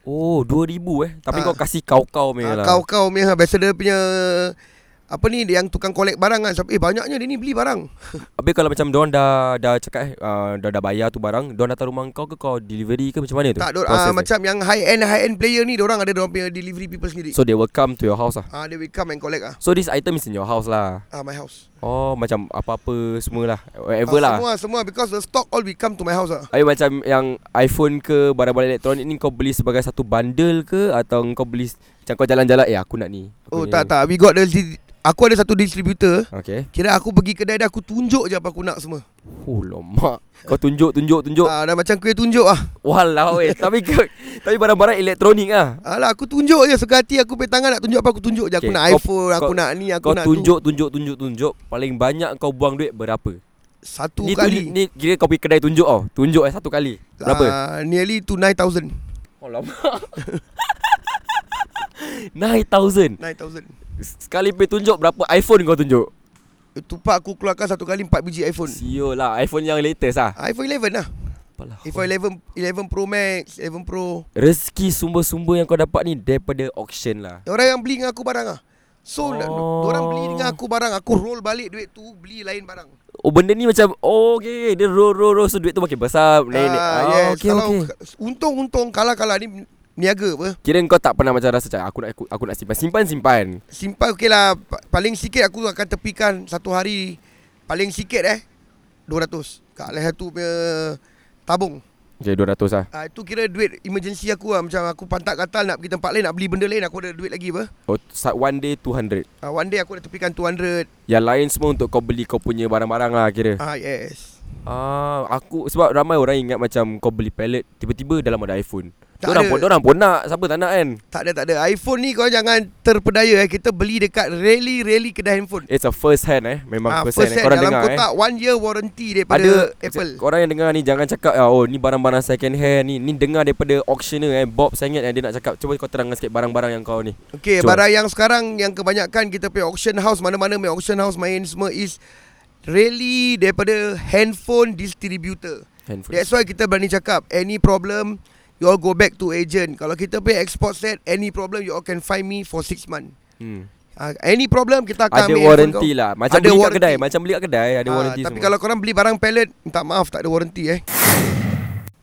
Speaker 2: Oh 2,000 eh Tapi
Speaker 3: Ah.
Speaker 2: kau kasih kau-kau punya
Speaker 3: Ah,
Speaker 2: lah
Speaker 3: Kau-kau punya Biasa dia punya Apa ni Yang tukang collect barang kan Sampai, Eh banyaknya dia ni beli barang
Speaker 2: Habis kalau macam Diorang dah Dah cakap eh uh, Dah, dah bayar tu barang Diorang datang rumah kau ke Kau delivery ke macam mana tu
Speaker 3: Tak diorang,
Speaker 2: Proses
Speaker 3: uh,
Speaker 2: dia.
Speaker 3: Macam yang high end High end player ni Diorang ada diorang punya Delivery people sendiri
Speaker 2: So they will come to your house lah
Speaker 3: Ah, They will come and collect ah.
Speaker 2: So this item is in your house lah
Speaker 3: Ah, my house
Speaker 2: Oh macam apa-apa semualah Whatever
Speaker 3: Ah,
Speaker 2: lah
Speaker 3: Semua semua Because the stock all will come to my house ah.
Speaker 2: Ayo macam yang iPhone ke barang-barang elektronik ni kau beli sebagai satu bundle ke atau kau beli macam kau jalan-jalan eh aku nak ni. Aku
Speaker 3: Oh
Speaker 2: ni.
Speaker 3: tak tak We got the Aku ada satu distributor
Speaker 2: Okay.
Speaker 3: Kira aku pergi kedai dia Aku tunjuk je apa aku nak semua
Speaker 2: Oh lemak. Kau tunjuk tunjuk tunjuk.
Speaker 3: ah, Dah macam kuih tunjuk ah.
Speaker 2: Walau eh tapi kau- tapi barang-barang elektronik ah.
Speaker 3: Alah aku tunjuk je Suka hati aku punya tangan Nak tunjuk apa aku tunjuk je Aku
Speaker 2: Okay,
Speaker 3: nak
Speaker 2: kau-
Speaker 3: iPhone Aku
Speaker 2: kau-
Speaker 3: nak ni Aku
Speaker 2: Kau
Speaker 3: nak tu
Speaker 2: tunjuk tunjuk tunjuk tunjuk paling banyak kau buang duit berapa?
Speaker 3: Satu
Speaker 2: ni,
Speaker 3: kali
Speaker 2: Tu, ni kira kau pergi kedai tunjuk tau. Tunjuk eh satu kali. Berapa?
Speaker 3: Ah, nearly to 9,000
Speaker 2: Uh. Oh lemak. 9000.
Speaker 3: 9,000
Speaker 2: Sekali pergi tunjuk berapa iPhone kau tunjuk?
Speaker 3: Itu pak aku keluarkan satu kali 4 biji iPhone
Speaker 2: Sio lah iPhone yang latest ah.
Speaker 3: iPhone 11 lah
Speaker 2: Apalah.
Speaker 3: iPhone 11 11 Pro Max 11 Pro
Speaker 2: Rezeki sumber-sumber yang kau dapat ni Daripada auction lah
Speaker 3: Orang yang beli dengan aku barang ah. So
Speaker 2: Oh.
Speaker 3: oh. Orang beli dengan aku barang Aku roll balik duit tu Beli lain barang
Speaker 2: Oh benda ni macam Oh okay Dia roll roll roll So duit tu makin besar Naik naik
Speaker 3: Ah,
Speaker 2: Ah,
Speaker 3: yes.
Speaker 2: Okay
Speaker 3: kalau
Speaker 2: okay
Speaker 3: untung untung kalah kalah ni niaga apa?
Speaker 2: Kira kau tak pernah macam rasa macam Aku nak aku, aku nak simpan Simpan simpan
Speaker 3: Simpan okey lah Pa- Paling sikit aku akan tepikan Satu hari Paling sikit eh 200 Kat lah satu punya Tabung
Speaker 2: Okay 200 lah
Speaker 3: Ah Itu kira duit emergency aku lah Macam aku pantat katal Nak pergi tempat lain Nak beli benda lain Aku ada duit lagi apa
Speaker 2: oh, sa- One day 200
Speaker 3: ah, One day aku dah tepikan 200
Speaker 2: Yang lain semua untuk kau beli Kau punya barang-barang lah kira
Speaker 3: Ah yes
Speaker 2: Ah, Aku Sebab ramai orang ingat macam Kau beli pallet Tiba-tiba dalam ada iPhone
Speaker 3: Tak
Speaker 2: Diorang
Speaker 3: ada.
Speaker 2: pun, diorang pun nak Siapa tak nak kan
Speaker 3: Tak ada tak ada iPhone ni kau jangan terpedaya eh Kita beli dekat rally-rally kedai handphone
Speaker 2: It's a first hand eh Memang
Speaker 3: Ah,
Speaker 2: first, hand, eh. Korang
Speaker 3: dalam
Speaker 2: dengar eh
Speaker 3: kotak one year warranty daripada
Speaker 2: ada
Speaker 3: Apple
Speaker 2: Orang yang dengar ni jangan cakap ah, oh ni barang-barang second hand ni ni dengar daripada auctioneer eh Bob Sangat yang dia nak cakap cuba kau terangkan sikit barang-barang yang kau ni.
Speaker 3: Okay,
Speaker 2: Jual.
Speaker 3: Jual. barang yang sekarang yang kebanyakan kita pay auction house mana-mana main auction house main semua is really daripada handphone distributor.
Speaker 2: Handphone.
Speaker 3: That's why kita berani cakap any problem you all go back to agent. Kalau kita pay export set any problem you all can find me for 6 month.
Speaker 2: Hmm.
Speaker 3: Uh, any problem kita akan
Speaker 2: Ada
Speaker 3: ambil
Speaker 2: warranty
Speaker 3: handphone kau.
Speaker 2: lah. Macam
Speaker 3: Ada
Speaker 2: beli kat
Speaker 3: warranty.
Speaker 2: kedai, macam beli kat kedai ada
Speaker 3: Ah,
Speaker 2: warranty
Speaker 3: Tapi
Speaker 2: semua.
Speaker 3: kalau korang beli barang pallet Minta maaf tak ada warranty eh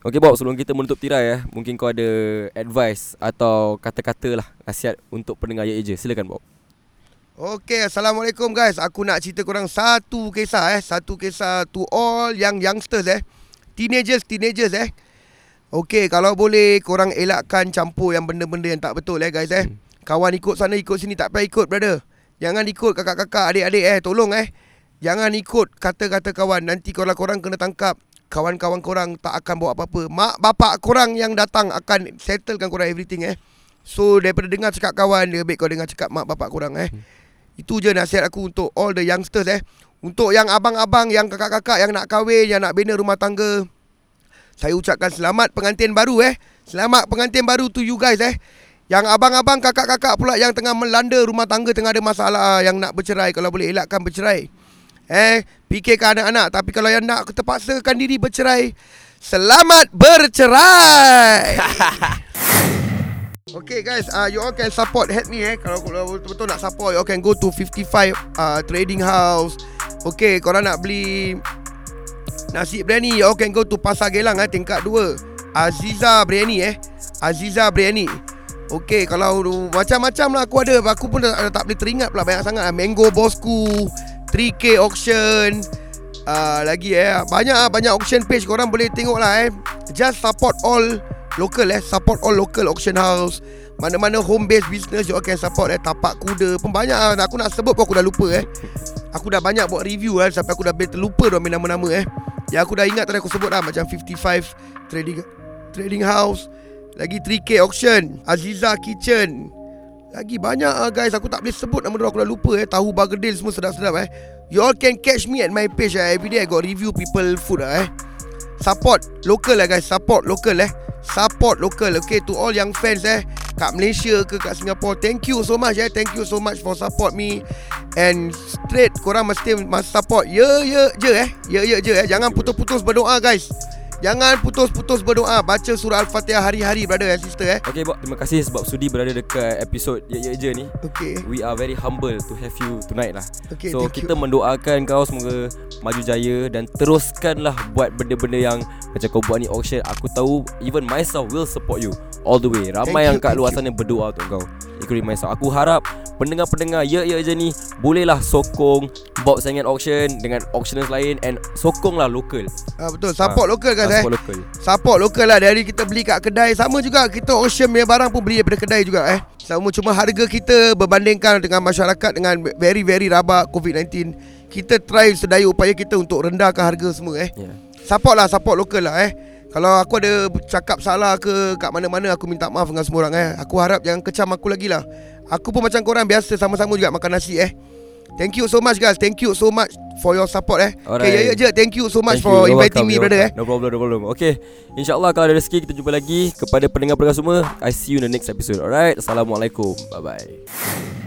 Speaker 2: Okey Bob, sebelum kita menutup tirai eh, mungkin kau ada advice atau kata-kata lah nasihat untuk pendengar Ye Ye je. Silakan Bob.
Speaker 3: Okay Assalamualaikum guys Aku nak cerita korang satu kisah eh Satu kisah to all yang youngsters eh Teenagers Teenagers eh Okay kalau boleh korang elakkan campur yang benda-benda yang tak betul eh guys eh Kawan ikut sana ikut sini tak payah ikut brother Jangan ikut kakak-kakak adik-adik eh Tolong eh Jangan ikut kata-kata kawan Nanti kalau korang kena tangkap Kawan-kawan korang tak akan buat apa-apa Mak bapak korang yang datang akan settlekan korang everything eh So daripada dengar cakap kawan Lebih kau dengar cakap mak bapak korang eh itu je nasihat aku untuk all the youngsters eh. Untuk yang abang-abang, yang kakak-kakak yang nak kahwin, yang nak bina rumah tangga. Saya ucapkan selamat pengantin baru eh. Selamat pengantin baru to you guys eh. Yang abang-abang, kakak-kakak pula yang tengah melanda rumah tangga tengah ada masalah ah, yang nak bercerai kalau boleh elakkan bercerai. Eh, fikirkan anak-anak tapi kalau yang nak terpaksakan diri bercerai, selamat bercerai. Okay guys, uh, you all can support help me eh. Kalau kalau betul-betul nak support, you all can go to 55 uh, Trading House. Okay, korang nak beli nasi biryani, you all can go to Pasar Gelang eh, tingkat 2. Aziza Biryani eh. Aziza Biryani. Okay, kalau macam-macam lah aku ada. Aku pun dah, dah tak boleh teringat pula banyak sangat. lah. Mango Bosku, 3K Auction, uh, lagi eh. Banyak ah banyak auction page korang boleh tengok lah eh. Just support all local eh. Support all local auction house. Mana-mana home based business you all can support eh. Tapak kuda pun banyak ah. Aku nak sebut pun aku dah lupa eh. Aku dah banyak buat review eh. Sampai aku dah boleh terlupa dah nama-nama eh. Yang aku dah ingat tadi aku sebut lah. Macam 55 Trading Trading House. Lagi 3K Auction. Aziza lah, Kitchen. Lagi banyak ah guys Aku tak boleh sebut nama dia Aku dah lupa eh Tahu Bagedil semua sedap-sedap eh You all can catch me at my page ah. Every day I got review people food ah eh. Support local lah guys Support local eh Support local Okay to all yang fans eh Kat Malaysia ke kat Singapore Thank you so much eh Thank you so much for support me And straight korang mesti must support Ye ye je eh Ye ye je eh Jangan putus-putus berdoa guys Jangan putus-putus berdoa Baca surah Al-Fatihah hari-hari brother and sister eh
Speaker 2: Okay Bob, terima kasih sebab sudi berada dekat episod Ye Ye Je ni.
Speaker 3: Okay
Speaker 2: We are very humble to have you tonight lah.
Speaker 3: Okay,
Speaker 2: so
Speaker 3: thank
Speaker 2: kita you. mendoakan kau semoga maju jaya dan teruskanlah buat benda-benda yang macam kau buat ni auction. Aku tahu even myself will support you all the way. Ramai
Speaker 3: Thank
Speaker 2: yang
Speaker 3: you,
Speaker 2: kat
Speaker 3: thank
Speaker 2: luar
Speaker 3: you.
Speaker 2: sana berdoa untuk kau. Including myself. Aku harap pendengar-pendengar ya ya je ni bolehlah sokong Bob Sangat Auction dengan auctioners lain and sokonglah lokal.
Speaker 3: ah, Betul Support
Speaker 2: Ah,
Speaker 3: local guys
Speaker 2: ah,
Speaker 3: eh
Speaker 2: Support lokal.
Speaker 3: Support lokal lah Dari kita beli kat kedai Sama juga Kita auction punya barang pun Beli daripada kedai juga eh Sama cuma harga kita Berbandingkan dengan masyarakat Dengan very very rabak COVID-19 Kita try sedaya upaya kita Untuk rendahkan harga semua eh
Speaker 2: Yeah.
Speaker 3: Support lah Support lokal lah eh kalau aku ada cakap salah ke kat mana-mana aku minta maaf dengan semua orang eh. Aku harap jangan kecam aku lagi lah. Aku pun macam korang biasa sama-sama juga makan nasi eh. Thank you so much guys. Thank you so much for your support eh.
Speaker 2: Alright.
Speaker 3: Okay, ya ya je. Thank you so much
Speaker 2: Thank
Speaker 3: for
Speaker 2: you. You're welcome,
Speaker 3: inviting me
Speaker 2: you're
Speaker 3: brother eh.
Speaker 2: welcome. No problem, no problem. Okay. InsyaAllah kalau ada rezeki kita jumpa lagi. Kepada pendengar-pendengar semua, I see you in the next episode. Alright. Assalamualaikum. Bye-bye.